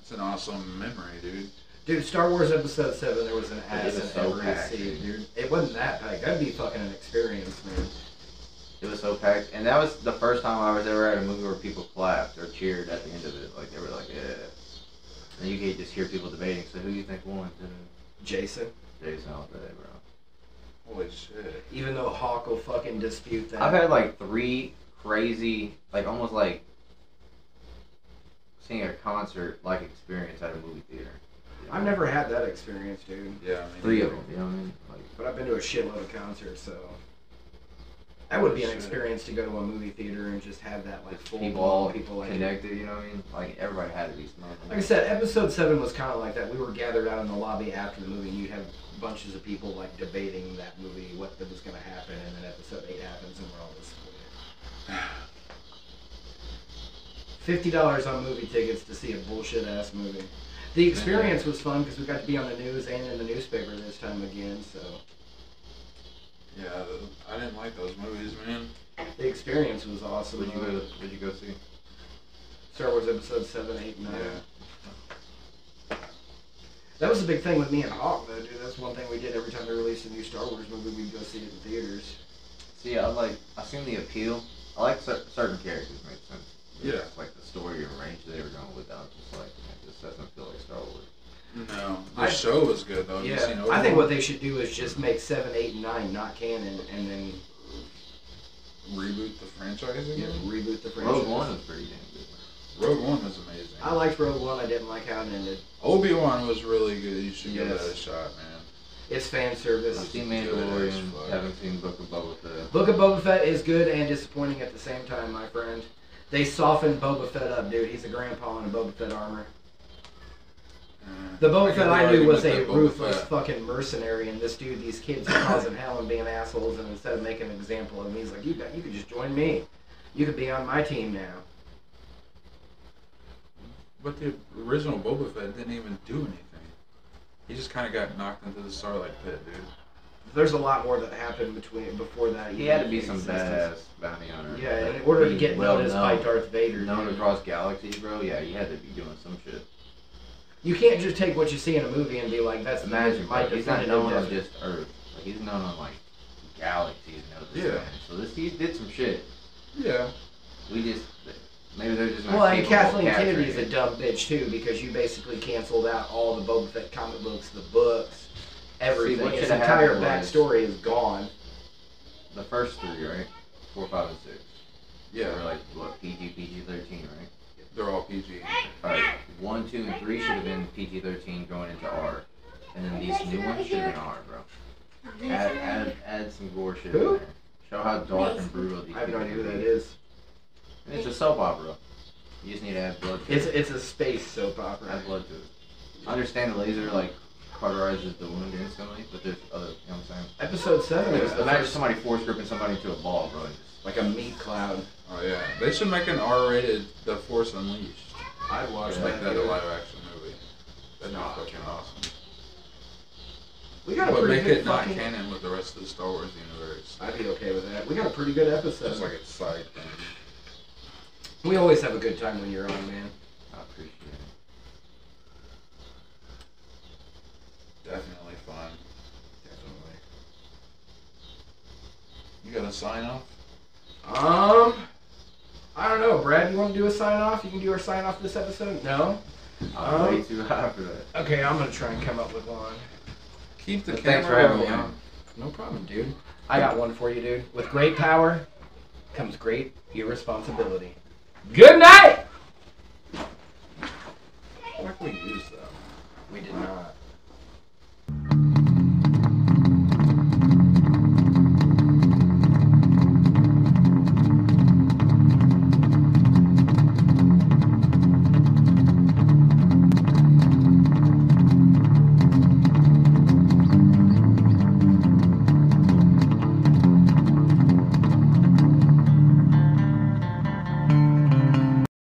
Speaker 3: It's an awesome memory, dude.
Speaker 2: Dude, Star Wars Episode Seven. There was an ass
Speaker 4: was
Speaker 2: in
Speaker 4: so
Speaker 2: every
Speaker 4: packed,
Speaker 2: seat,
Speaker 4: dude.
Speaker 2: dude. It wasn't that packed. That'd be fucking an experience, man.
Speaker 4: it was so packed and that was the first time I was ever at a movie where people clapped or cheered at the end of it like they were like yeah and you could just hear people debating so who do you think won
Speaker 2: Jason.
Speaker 4: Jason all day, bro.
Speaker 3: Holy shit.
Speaker 2: Even though Hawk will fucking dispute that.
Speaker 4: I've had like three crazy, like almost like seeing a concert like experience at a movie theater. You
Speaker 2: I've
Speaker 4: know?
Speaker 2: never had that experience, dude.
Speaker 3: Yeah. I mean,
Speaker 4: three of them. You know what I mean? Like
Speaker 2: But I've been to a shitload of concerts, so That would be an
Speaker 3: Shit.
Speaker 2: experience to go to a movie theater and just have that like full
Speaker 4: People
Speaker 2: ball
Speaker 4: all
Speaker 2: people like.
Speaker 4: connected, you know what I mean? Like everybody had at least moments.
Speaker 2: Like I said, episode seven was kind of like that. We were gathered out in the lobby after the movie, and you'd have bunches of people like debating that movie, what that was going to happen, and then episode eight happens, and we're all just fifty dollars on movie tickets to see a bullshit ass movie. The experience was fun because we got to be on the news and in the newspaper this time again. So
Speaker 3: Yeah, th- I didn't like those movies, man.
Speaker 2: the experience was awesome.
Speaker 4: would you go? to- Would you go see?
Speaker 2: Star Wars Episode seven, eight, nine.
Speaker 3: Yeah.
Speaker 2: That was the big thing with me and Hawk, though, dude. That's one thing we did every time we released a new Star Wars movie, we'd go see it in theaters.
Speaker 4: See, I like. I seen the appeal. I like cer- certain characters made sense.
Speaker 3: Yeah.
Speaker 4: It's like the story or range they were going with. I was just like, man, this doesn't feel like Star Wars.
Speaker 3: No, the
Speaker 2: I-
Speaker 3: show was good
Speaker 4: Oh,
Speaker 3: though. Have you seen
Speaker 2: Yeah, I think
Speaker 3: Obi-Wan?
Speaker 2: what they should do is just make seven, eight, and nine not canon, and then
Speaker 3: reboot the franchise
Speaker 2: you
Speaker 3: again.
Speaker 2: know, reboot the franchise.
Speaker 4: Rogue One was pretty damn good.
Speaker 3: Rogue One was amazing.
Speaker 2: I liked Rogue One. I didn't like how it ended.
Speaker 3: Obi Wan was really good. You should give
Speaker 2: Yes.
Speaker 3: that a shot, man.
Speaker 2: It's fan
Speaker 4: I've
Speaker 2: service.
Speaker 4: seen
Speaker 3: good as
Speaker 4: Mandalorian.
Speaker 3: fuck.
Speaker 4: Haven't seen Book of Boba Fett.
Speaker 2: Book of Boba Fett is good and disappointing at the same time, my friend. They softened Boba Fett up, dude. He's a grandpa in a Boba Fett armor.
Speaker 3: Uh,
Speaker 2: The Boba
Speaker 3: get
Speaker 2: Fett
Speaker 3: the
Speaker 2: I knew
Speaker 3: argument
Speaker 2: was a
Speaker 3: that Boba
Speaker 2: ruthless
Speaker 3: Fett-
Speaker 2: fucking mercenary, and this dude, these kids are causing hell and being assholes, and instead of making an example of me, he's like, you got, you could just join me. You could be on my team now.
Speaker 3: But the original Boba Fett didn't even do anything. He just kind of got knocked into the Starlight Pit, dude.
Speaker 2: There's a lot more that happened between before that.
Speaker 4: He
Speaker 2: even
Speaker 4: had to be some
Speaker 2: existence.
Speaker 4: badass bounty hunter.
Speaker 2: Yeah,
Speaker 4: Like,
Speaker 2: in order to
Speaker 4: be
Speaker 2: get
Speaker 4: well
Speaker 2: noticed by
Speaker 4: known,
Speaker 2: Darth Vader,
Speaker 4: known
Speaker 2: dude.
Speaker 4: across galaxies, bro. Yeah, he had to be doing some shit.
Speaker 2: you can't just take what you see in a movie and be like, that's the
Speaker 4: Imagine,
Speaker 2: magic. My
Speaker 4: bro, he's not
Speaker 2: definitive
Speaker 4: known on
Speaker 2: death.
Speaker 4: just Earth. Like he's known on like galaxies and other
Speaker 3: Yeah.
Speaker 4: planets. So this he did some shit.
Speaker 3: Yeah.
Speaker 4: We just maybe they're just not
Speaker 2: Well, and
Speaker 4: capable of
Speaker 2: Kathleen
Speaker 4: capturing
Speaker 2: Kennedy is a
Speaker 4: it.
Speaker 2: dumb bitch too because you basically canceled out all the Boba Fett comic books, the books, everything.
Speaker 4: what
Speaker 2: His
Speaker 4: should've
Speaker 2: entire
Speaker 4: happened was-
Speaker 2: backstory is gone.
Speaker 4: The first three, right? Four, five, and six.
Speaker 3: Yeah.
Speaker 4: They're like what PG, PG thirteen, right?
Speaker 3: They're all PG.
Speaker 4: All right. One, two, and three should have been PG thirteen going into R, and then these new ones should have been R, bro. Add, add, add some gore shit.
Speaker 2: Who?
Speaker 4: In there. Show how dark and brutal these.
Speaker 2: I have no
Speaker 4: people
Speaker 2: idea who
Speaker 4: can
Speaker 2: that
Speaker 4: be.
Speaker 2: is.
Speaker 4: And It's a soap opera. You just need to add blood. To
Speaker 2: It's
Speaker 4: it.
Speaker 2: it's a space soap opera.
Speaker 4: add blood to it. I understand the laser like cauterizes the wound instantly, but there's other. You know what I'm saying?
Speaker 2: Episode seven was the
Speaker 4: Imagine
Speaker 2: first,
Speaker 4: somebody force gripping somebody into a ball, bro. and just-
Speaker 2: like a meat cloud.
Speaker 3: Oh yeah. They should make an R-rated The Force Unleashed.
Speaker 2: I'd watch
Speaker 3: Just
Speaker 2: that.
Speaker 3: make that a
Speaker 2: dude.
Speaker 3: live action movie. That'd be fucking awesome.
Speaker 2: We got a
Speaker 3: But
Speaker 2: pretty
Speaker 3: make
Speaker 2: good
Speaker 3: it not
Speaker 2: fucking.
Speaker 3: canon with the rest of the Star Wars universe.
Speaker 2: I'd be okay with that. We got a pretty good episode.
Speaker 3: Just like a side thing.
Speaker 2: we always have a good time when you're on, man.
Speaker 4: I appreciate it.
Speaker 3: Definitely fun. Definitely. You got a sign off?
Speaker 2: Um, I don't know, Brad. You want to do a sign off? You can do our sign off this episode. No.
Speaker 4: I'm
Speaker 2: Um,
Speaker 4: way too high for that.
Speaker 2: Okay, I'm gonna try and come up with one.
Speaker 3: Keep the
Speaker 4: But
Speaker 3: camera
Speaker 4: thanks for having me
Speaker 3: rolling.
Speaker 4: on.
Speaker 2: No problem, dude. I got one for you, dude. With great power comes great irresponsibility. Good night.